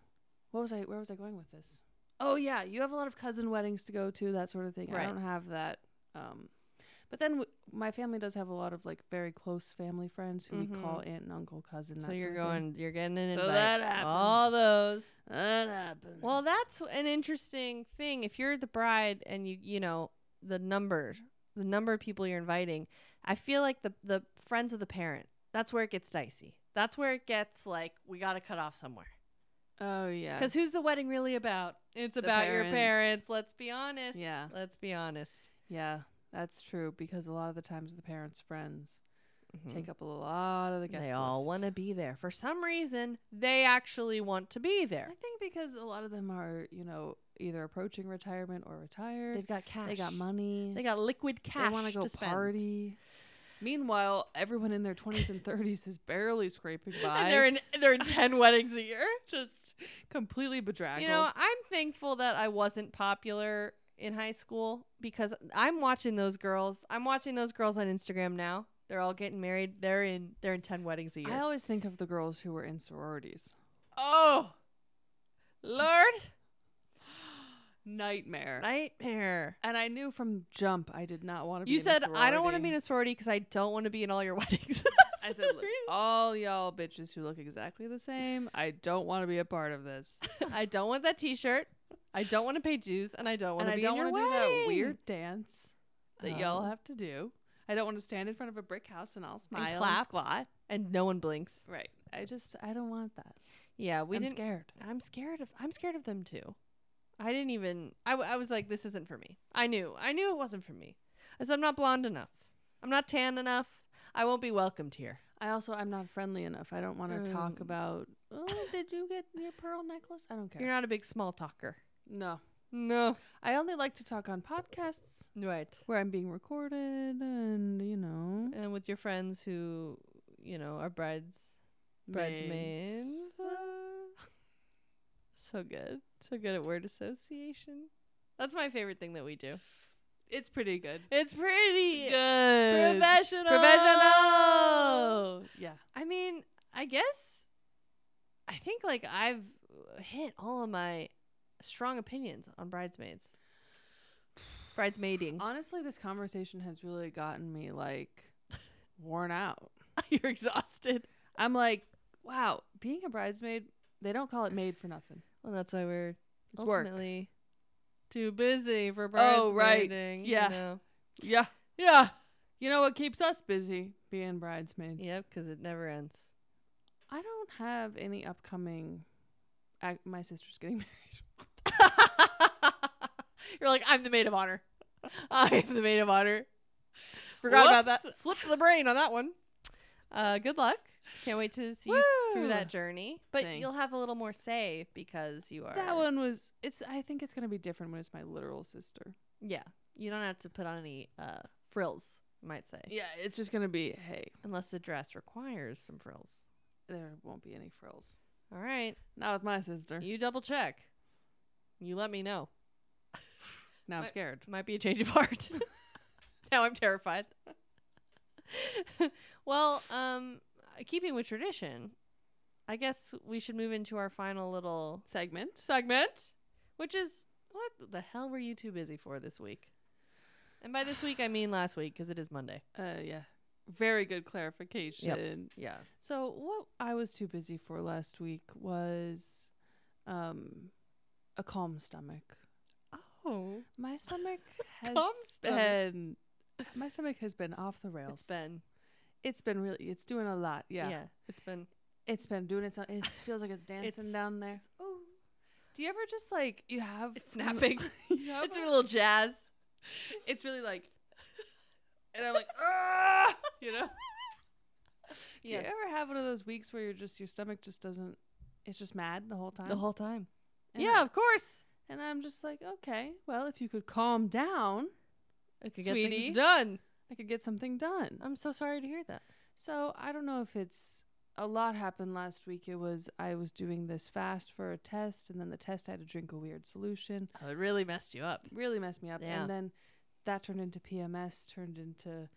Speaker 1: what was I where was I going with this? Oh yeah, you have a lot of cousin weddings to go to, that sort of thing.
Speaker 2: Right.
Speaker 1: I don't have that um but then w- my family does have a lot of like very close family friends who we
Speaker 2: Mhm.
Speaker 1: call aunt and uncle, cousin.
Speaker 2: So
Speaker 1: that
Speaker 2: you're
Speaker 1: sort of thing.
Speaker 2: going, you're getting an
Speaker 1: So
Speaker 2: invite.
Speaker 1: that happens.
Speaker 2: All those.
Speaker 1: That happens.
Speaker 2: Well, that's an interesting thing. If you're the bride and you you know the number, the number of people you're inviting, I feel like the the friends of the parent. That's where it gets dicey. That's where it gets like we got to cut off somewhere.
Speaker 1: oh yeah,
Speaker 2: Because who's the wedding really about? It's
Speaker 1: The
Speaker 2: about your
Speaker 1: parents.
Speaker 2: parents. Let's be honest.
Speaker 1: Yeah.
Speaker 2: Let's be honest.
Speaker 1: yeah, that's true. Because a lot of the times the parents' friends take up a lot of the guest
Speaker 2: Hmm. Mm-hmm. They all
Speaker 1: list.
Speaker 2: want to be there. For some reason, they actually want to be
Speaker 1: I
Speaker 2: there.
Speaker 1: think because a lot of them are, you know, either approaching retirement or retired.
Speaker 2: They've got cash.
Speaker 1: they got money.
Speaker 2: They got liquid cash.
Speaker 1: They want to go
Speaker 2: spend.
Speaker 1: party. Meanwhile, everyone in their 20s and 30s is barely scraping by.
Speaker 2: And they're in they're in ten weddings a year.
Speaker 1: just completely bedraggled.
Speaker 2: You know, I'm thankful that I wasn't popular in high school because I'm watching those girls. I'm watching those girls on Instagram now. They're all getting married. They're in they're in ten weddings a year.
Speaker 1: I always think of the girls who were in sororities.
Speaker 2: oh, Lord,
Speaker 1: Nightmare.
Speaker 2: nightmare.
Speaker 1: and I knew from jump I did not want to be
Speaker 2: You
Speaker 1: in a
Speaker 2: said I don't want to
Speaker 1: sorority."
Speaker 2: be in a sorority because I don't want to be in all your weddings.
Speaker 1: I said, "Look, all y'all bitches who look exactly the same, I don't want to be a part of this.
Speaker 2: I don't want that T-shirt. I don't want to pay dues, and I don't want
Speaker 1: and
Speaker 2: to
Speaker 1: I
Speaker 2: be
Speaker 1: don't
Speaker 2: in your
Speaker 1: want to do that
Speaker 2: wedding.
Speaker 1: weird dance that y'all
Speaker 2: Oh.
Speaker 1: have to do. I don't want to stand in front of a brick house and I'll smile and,
Speaker 2: clap.
Speaker 1: squat.
Speaker 2: And no one blinks.
Speaker 1: Right. I just I don't want that.
Speaker 2: Yeah, we
Speaker 1: I'm
Speaker 2: didn't.
Speaker 1: scared.
Speaker 2: I'm scared of I'm scared of them too. I didn't even I, w- I was like this isn't for me. I knew. I knew it wasn't for me. I said I'm not blonde enough. I'm not tan enough. I won't be welcomed here.
Speaker 1: I also I'm not friendly enough. I don't want to
Speaker 2: Um.
Speaker 1: talk about. Oh, did you get your pearl necklace? I don't care.
Speaker 2: You're not a big small talker.
Speaker 1: no,
Speaker 2: No.
Speaker 1: I only like to talk on podcasts
Speaker 2: Right.
Speaker 1: where I'm being recorded, and you know,
Speaker 2: And with your friends who, you know, are brides bridesmaids. uh, so good. So good at word association. That's my favorite thing that we do.
Speaker 1: It's pretty good.
Speaker 2: It's pretty
Speaker 1: Good.
Speaker 2: professional.
Speaker 1: Professional. Oh, Yeah.
Speaker 2: I mean, I guess I think like I've hit all of my strong opinions on bridesmaids. Bridesmaiding.
Speaker 1: Honestly, this conversation has really gotten me like worn out.
Speaker 2: You're exhausted.
Speaker 1: I'm like, wow, being a bridesmaid, they don't call it maid for nothing.
Speaker 2: Well, that's why we're
Speaker 1: It's work.
Speaker 2: ultimately too busy for bridesmaiding.
Speaker 1: Oh, right.
Speaker 2: you
Speaker 1: Yeah.
Speaker 2: know?
Speaker 1: Yeah.
Speaker 2: Yeah.
Speaker 1: You know what keeps us busy? Being bridesmaids.
Speaker 2: Yep, because it never ends.
Speaker 1: I don't have any upcoming I, my sister's getting married.
Speaker 2: You're like, I'm the maid of honor. I am the maid of honor. Forgot about that.
Speaker 1: Whoops.
Speaker 2: Slipped the brain on that one. Uh, good luck. Can't wait to see you through
Speaker 1: Woo.
Speaker 2: that journey. But
Speaker 1: Thanks.
Speaker 2: you'll have a little more say because you are
Speaker 1: That one was. It's. I think it's gonna be different when it's my literal sister.
Speaker 2: Yeah, you don't have to put on any uh, frills. You might say,
Speaker 1: Yeah, it's just gonna be. Hey,
Speaker 2: unless the dress requires some frills.
Speaker 1: there won't be any frills.
Speaker 2: All right,
Speaker 1: Not with my sister.
Speaker 2: you double check. You let me know.
Speaker 1: Now I'm
Speaker 2: my-
Speaker 1: scared.
Speaker 2: Might be a change of heart. now I'm terrified. well, um, keeping with tradition, I guess we should move into our final little
Speaker 1: Segment.
Speaker 2: segment, which is what the hell were you too busy for this week? And by this week, I mean last week because it is Monday.
Speaker 1: Uh, yeah. Very good clarification.
Speaker 2: Yeah.
Speaker 1: So what I was too busy for last week was, um, a calm stomach.
Speaker 2: Oh,
Speaker 1: My stomach has
Speaker 2: Calm stomach.
Speaker 1: been. My stomach has been off the rails.
Speaker 2: it's been.
Speaker 1: It's been really. It's doing a lot. Yeah.
Speaker 2: Yeah. it's been.
Speaker 1: It's been doing its. own- It feels like it's dancing
Speaker 2: It's-
Speaker 1: down there.
Speaker 2: Oh,
Speaker 1: Do you ever just like you have
Speaker 2: it's snapping.
Speaker 1: you have
Speaker 2: it's a little jazz.
Speaker 1: it's really like and I'm like ah you know
Speaker 2: Yes.
Speaker 1: Do you ever have one of those weeks where you're just your stomach just doesn't it's just mad the whole time?
Speaker 2: whole time.
Speaker 1: And
Speaker 2: yeah,
Speaker 1: I-
Speaker 2: of course.
Speaker 1: and I'm just like, okay, well if you could calm down,
Speaker 2: I could
Speaker 1: Sweetie.
Speaker 2: done.
Speaker 1: I could get something done.
Speaker 2: I'm so sorry to hear that.
Speaker 1: So I don't know if it's a lot happened last week. It was I was doing this fast for a test and then the test I had to drink a weird solution.
Speaker 2: Oh, it really messed you up.
Speaker 1: really messed me up.
Speaker 2: Yeah.
Speaker 1: And then that turned into PMS, turned into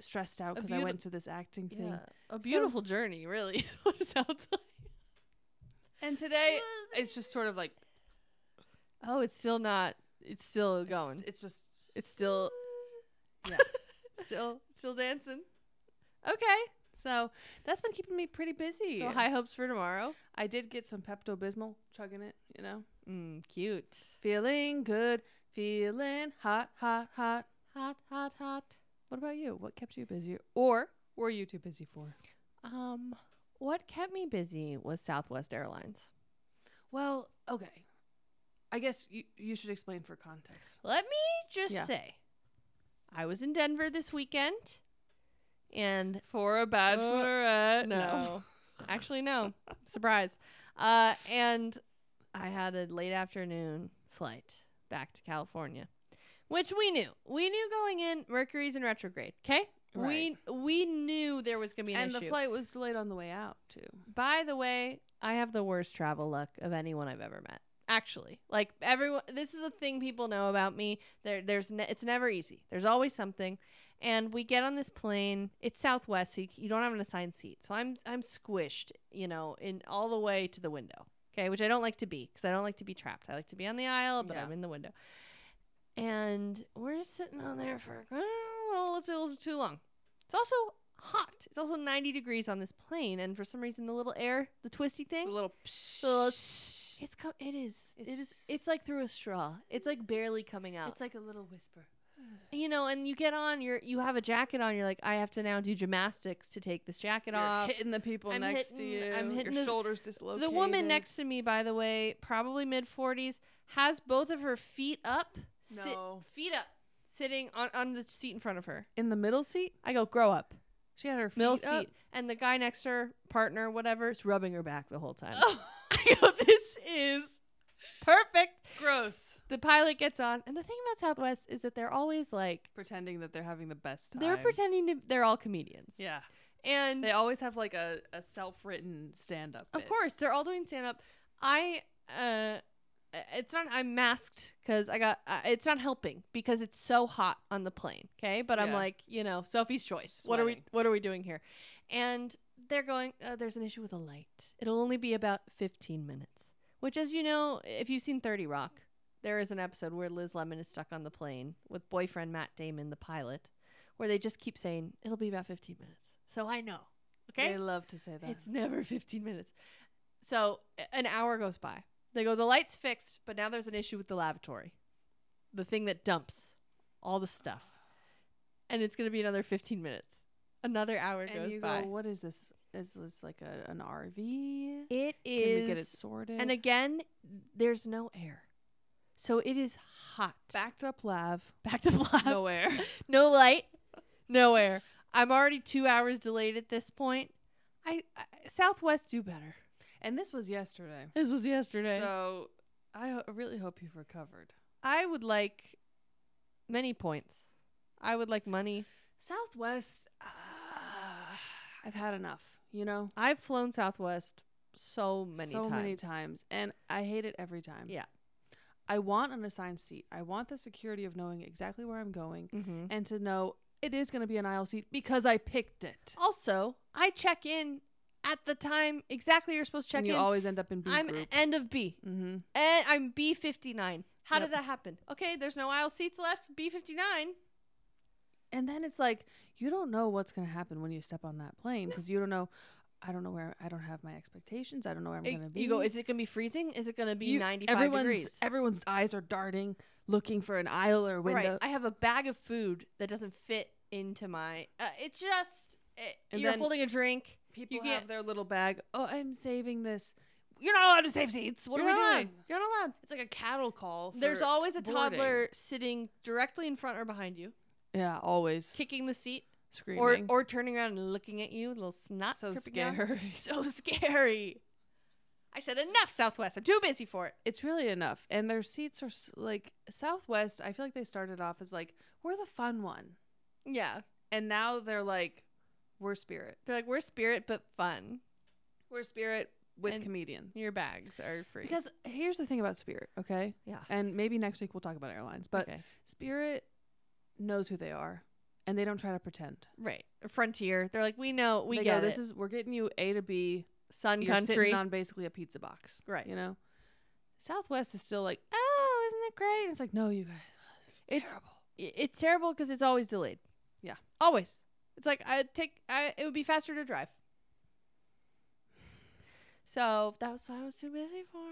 Speaker 1: stressed out
Speaker 2: A
Speaker 1: because I
Speaker 2: beauti-
Speaker 1: went to this acting thing.
Speaker 2: A
Speaker 1: So-
Speaker 2: beautiful journey, really. is what it sounds like.
Speaker 1: And today it's just sort of like
Speaker 2: Oh, it's still not. It's still going.
Speaker 1: It's, it's just
Speaker 2: It's still.
Speaker 1: Yeah.
Speaker 2: still, still dancing. Okay.
Speaker 1: so that's been keeping me pretty busy.
Speaker 2: So high hopes for tomorrow.
Speaker 1: I did get some Pepto Bismol, chugging it, you know,
Speaker 2: Mm, cute.
Speaker 1: feeling good, feeling hot, hot, hot.
Speaker 2: Hot, hot, hot.
Speaker 1: What about you? What kept you busy, or were you too busy for?
Speaker 2: Um, what kept me busy was Southwest Airlines.
Speaker 1: Well, okay. I guess you you should explain for context.
Speaker 2: Let me just
Speaker 1: Yeah.
Speaker 2: say, I was in Denver this weekend, and
Speaker 1: For a bachelorette,
Speaker 2: actually no, surprise. Uh, and I had a late afternoon flight back to California, which we knew. We knew going in Mercury's in retrograde. Okay, we we knew there was gonna be an
Speaker 1: and
Speaker 2: issue.
Speaker 1: the flight was delayed on the way out too.
Speaker 2: By the way, I have the worst travel luck of anyone I've ever met. Actually, like everyone, this is a thing people know about me. There, there's ne- it's never easy. There's always something, and we get on this plane. It's Southwest, so you, you don't have an assigned seat. So I'm I'm squished, you know, in all the way to the window. Okay, which I don't like to be because I don't like to be trapped. I like to be on the aisle, but
Speaker 1: Yeah.
Speaker 2: I'm in the window, and we're sitting on there for a little, it's a little too long. It's also hot. It's also 90 degrees on this plane, and for some reason, the little air, the twisty
Speaker 1: The
Speaker 2: thing,
Speaker 1: little
Speaker 2: the little sh- it's co- it is
Speaker 1: It's
Speaker 2: it's it is it's like through a straw. It's like barely coming out.
Speaker 1: It's like a little whisper.
Speaker 2: you know, and you get on, you're you have a jacket on. You're like, I have to now do gymnastics to take this jacket off.
Speaker 1: hitting the people
Speaker 2: I'm
Speaker 1: next to
Speaker 2: hitting-
Speaker 1: you.
Speaker 2: I'm hitting
Speaker 1: Your
Speaker 2: the-
Speaker 1: shoulders dislocated.
Speaker 2: The woman next to me, by the way, probably mid 40s, has both of her feet up, sit-
Speaker 1: No.
Speaker 2: feet up, sitting on on the seat in front of her.
Speaker 1: in the middle seat.
Speaker 2: I go, grow up.
Speaker 1: She had her feet
Speaker 2: middle
Speaker 1: up.
Speaker 2: seat, and the guy next to her, partner, whatever, is rubbing her back the whole time. I go, this is perfect.
Speaker 1: Gross.
Speaker 2: The pilot gets on, and the thing about Southwest is that they're always like
Speaker 1: Pretending that they're having the best time.
Speaker 2: they're pretending to they're all comedians.
Speaker 1: Yeah.
Speaker 2: and
Speaker 1: They always have like a, a self-written stand-up.
Speaker 2: of
Speaker 1: bit.
Speaker 2: course they're all doing stand up. I uh, it's not I'm masked because I got uh, it's not helping because it's so hot on the plane. Okay, but I'm
Speaker 1: Yeah.
Speaker 2: like you know Sophie's choice. What are we
Speaker 1: Sweating.
Speaker 2: What are we doing here? And they're going. Uh, there's an issue with a light. It'll only be about 15 minutes. Which, as you know, if you've seen 30 Rock, there is an episode where Liz Lemon is stuck on the plane with boyfriend Matt Damon, the pilot, where they just keep saying it'll be about 15 minutes. So I know. Okay,
Speaker 1: They love to say that.
Speaker 2: it's never 15 minutes. So a- an hour goes by. They go, the light's fixed, but now there's an issue with the lavatory, the thing that dumps all the stuff. And it's going to be another 15 minutes. another hour
Speaker 1: and
Speaker 2: goes
Speaker 1: you
Speaker 2: by.
Speaker 1: go, what is this? Is this like a, an RV?
Speaker 2: it
Speaker 1: Can we get it
Speaker 2: is
Speaker 1: sorted?
Speaker 2: and again, there's no air. So it is hot.
Speaker 1: backed up lav.
Speaker 2: back to black. No,
Speaker 1: Nowhere.
Speaker 2: light, no air. I'm already two hours delayed at this point. I, I Southwest do better.
Speaker 1: and this was yesterday.
Speaker 2: This was yesterday.
Speaker 1: So I ho- really hope you've recovered.
Speaker 2: I would like many points. I would like money.
Speaker 1: Southwest, uh, I've had enough, you know?
Speaker 2: I've flown Southwest so many
Speaker 1: so
Speaker 2: times.
Speaker 1: many times. And I hate it every time.
Speaker 2: Yeah.
Speaker 1: I want an assigned seat. I want the security of knowing exactly where I'm going
Speaker 2: Mm-hmm.
Speaker 1: and to know it is going to be an aisle seat because I picked it.
Speaker 2: Also, I check in at the time exactly you're supposed to check
Speaker 1: and you
Speaker 2: in.
Speaker 1: always end up in B
Speaker 2: I'm
Speaker 1: group.
Speaker 2: end of B.
Speaker 1: mm-hmm.
Speaker 2: And I'm B fifty nine. How
Speaker 1: Yep.
Speaker 2: did that happen? Okay, there's no aisle seats left. B fifty nine.
Speaker 1: And then it's like you don't know what's going to happen when you step on that plane because you don't know. I don't know where I don't have my expectations. I don't know where I'm going to be.
Speaker 2: You go. Is it gonna be freezing? Is it gonna be
Speaker 1: You-
Speaker 2: ninety five
Speaker 1: everyone's,
Speaker 2: degrees?
Speaker 1: Everyone's eyes are darting, looking for an aisle or window.
Speaker 2: Right. I have a bag of food that doesn't fit into my. Uh, it's just it,
Speaker 1: And
Speaker 2: you're
Speaker 1: then-
Speaker 2: holding a drink.
Speaker 1: People
Speaker 2: You
Speaker 1: have
Speaker 2: can't-
Speaker 1: their little bag. Oh, I'm saving this. You're not allowed to save seats. What
Speaker 2: you're
Speaker 1: are we
Speaker 2: not allowed.
Speaker 1: doing?
Speaker 2: You're not allowed.
Speaker 1: It's like a cattle call.
Speaker 2: There's
Speaker 1: for-
Speaker 2: always a
Speaker 1: boarding.
Speaker 2: toddler sitting directly in front or behind you,
Speaker 1: yeah, always
Speaker 2: kicking the seat,
Speaker 1: screaming.
Speaker 2: or or turning around and looking at you, little snot.
Speaker 1: so
Speaker 2: dripping down.
Speaker 1: scary.
Speaker 2: So scary. I said enough, Southwest. I'm too busy for it.
Speaker 1: It's really enough. And their seats are s- like Southwest. I feel like they started off as like we're the fun one,
Speaker 2: Yeah.
Speaker 1: and now they're like we're Spirit.
Speaker 2: They're like, we're spirit but fun.
Speaker 1: We're Spirit with
Speaker 2: And
Speaker 1: comedians.
Speaker 2: Your bags are free.
Speaker 1: because here's the thing about Spirit, okay?
Speaker 2: yeah.
Speaker 1: And maybe next week we'll talk about airlines, but
Speaker 2: okay.
Speaker 1: Spirit knows who they are, and they don't try to pretend.
Speaker 2: right. Frontier. They're like, we know, we
Speaker 1: They
Speaker 2: get
Speaker 1: go, this
Speaker 2: it.
Speaker 1: is we're getting you A to B.
Speaker 2: Sun
Speaker 1: You're
Speaker 2: country.
Speaker 1: sitting on basically a pizza box,
Speaker 2: Right.
Speaker 1: You know, Southwest is still like, oh, isn't it great? And it's like, no, you guys, it's
Speaker 2: It's-
Speaker 1: terrible.
Speaker 2: I- it's terrible because it's always delayed.
Speaker 1: Yeah.
Speaker 2: Always. It's like I take I it would be faster to drive. So that was what I was too busy for.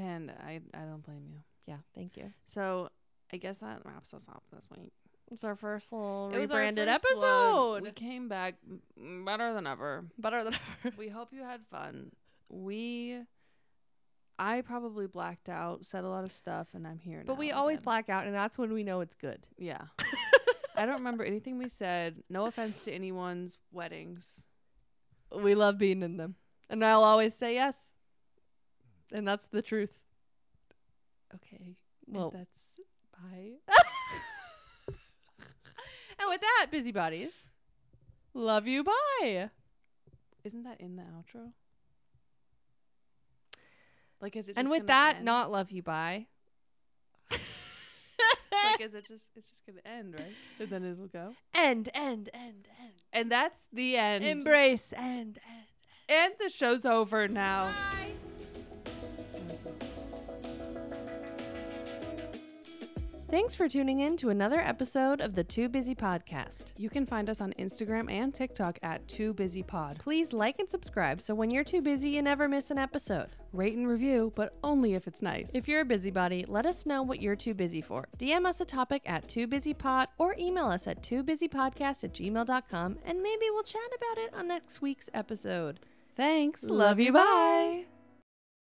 Speaker 1: And I, I don't blame you.
Speaker 2: Yeah, thank you.
Speaker 1: So I guess that wraps us up this week.
Speaker 2: It's our first little
Speaker 1: It was our
Speaker 2: rebranded
Speaker 1: first one.
Speaker 2: episode.
Speaker 1: We came back m- better than ever.
Speaker 2: Better than ever.
Speaker 1: we hope you had fun. We, I probably blacked out, said a lot of stuff, and I'm here.
Speaker 2: But
Speaker 1: now
Speaker 2: we always
Speaker 1: again.
Speaker 2: black out and that's when we know it's good.
Speaker 1: Yeah. I don't remember anything we said. No offense to anyone's weddings.
Speaker 2: We love being in them. And I'll always say yes. And that's the truth.
Speaker 1: Okay.
Speaker 2: Well,
Speaker 1: that's bye.
Speaker 2: and with that, busybodies, love you. Bye.
Speaker 1: Isn't that in the outro? Like is it?
Speaker 2: and
Speaker 1: just
Speaker 2: with
Speaker 1: gonna
Speaker 2: that,
Speaker 1: end?
Speaker 2: not love you. Bye.
Speaker 1: like is it just? It's just gonna end, right? And then it'll go.
Speaker 2: end, end, end, end.
Speaker 1: And that's the end.
Speaker 2: Embrace, end, end.
Speaker 1: and the show's over now.
Speaker 2: Bye. Thanks for tuning in to another episode of the Too Busy Podcast.
Speaker 1: You can find us on Instagram and TikTok at Too Busy Pod.
Speaker 2: Please like and subscribe so when you're too busy, you never miss an episode.
Speaker 1: Rate and review, but only if it's nice.
Speaker 2: If you're a busybody, let us know what you're too busy for. DM us a topic at Too Busy Pod or email us at toobusypodcast at gmail.com and maybe we'll chat about it on next week's episode.
Speaker 1: thanks,
Speaker 2: Love you, bye.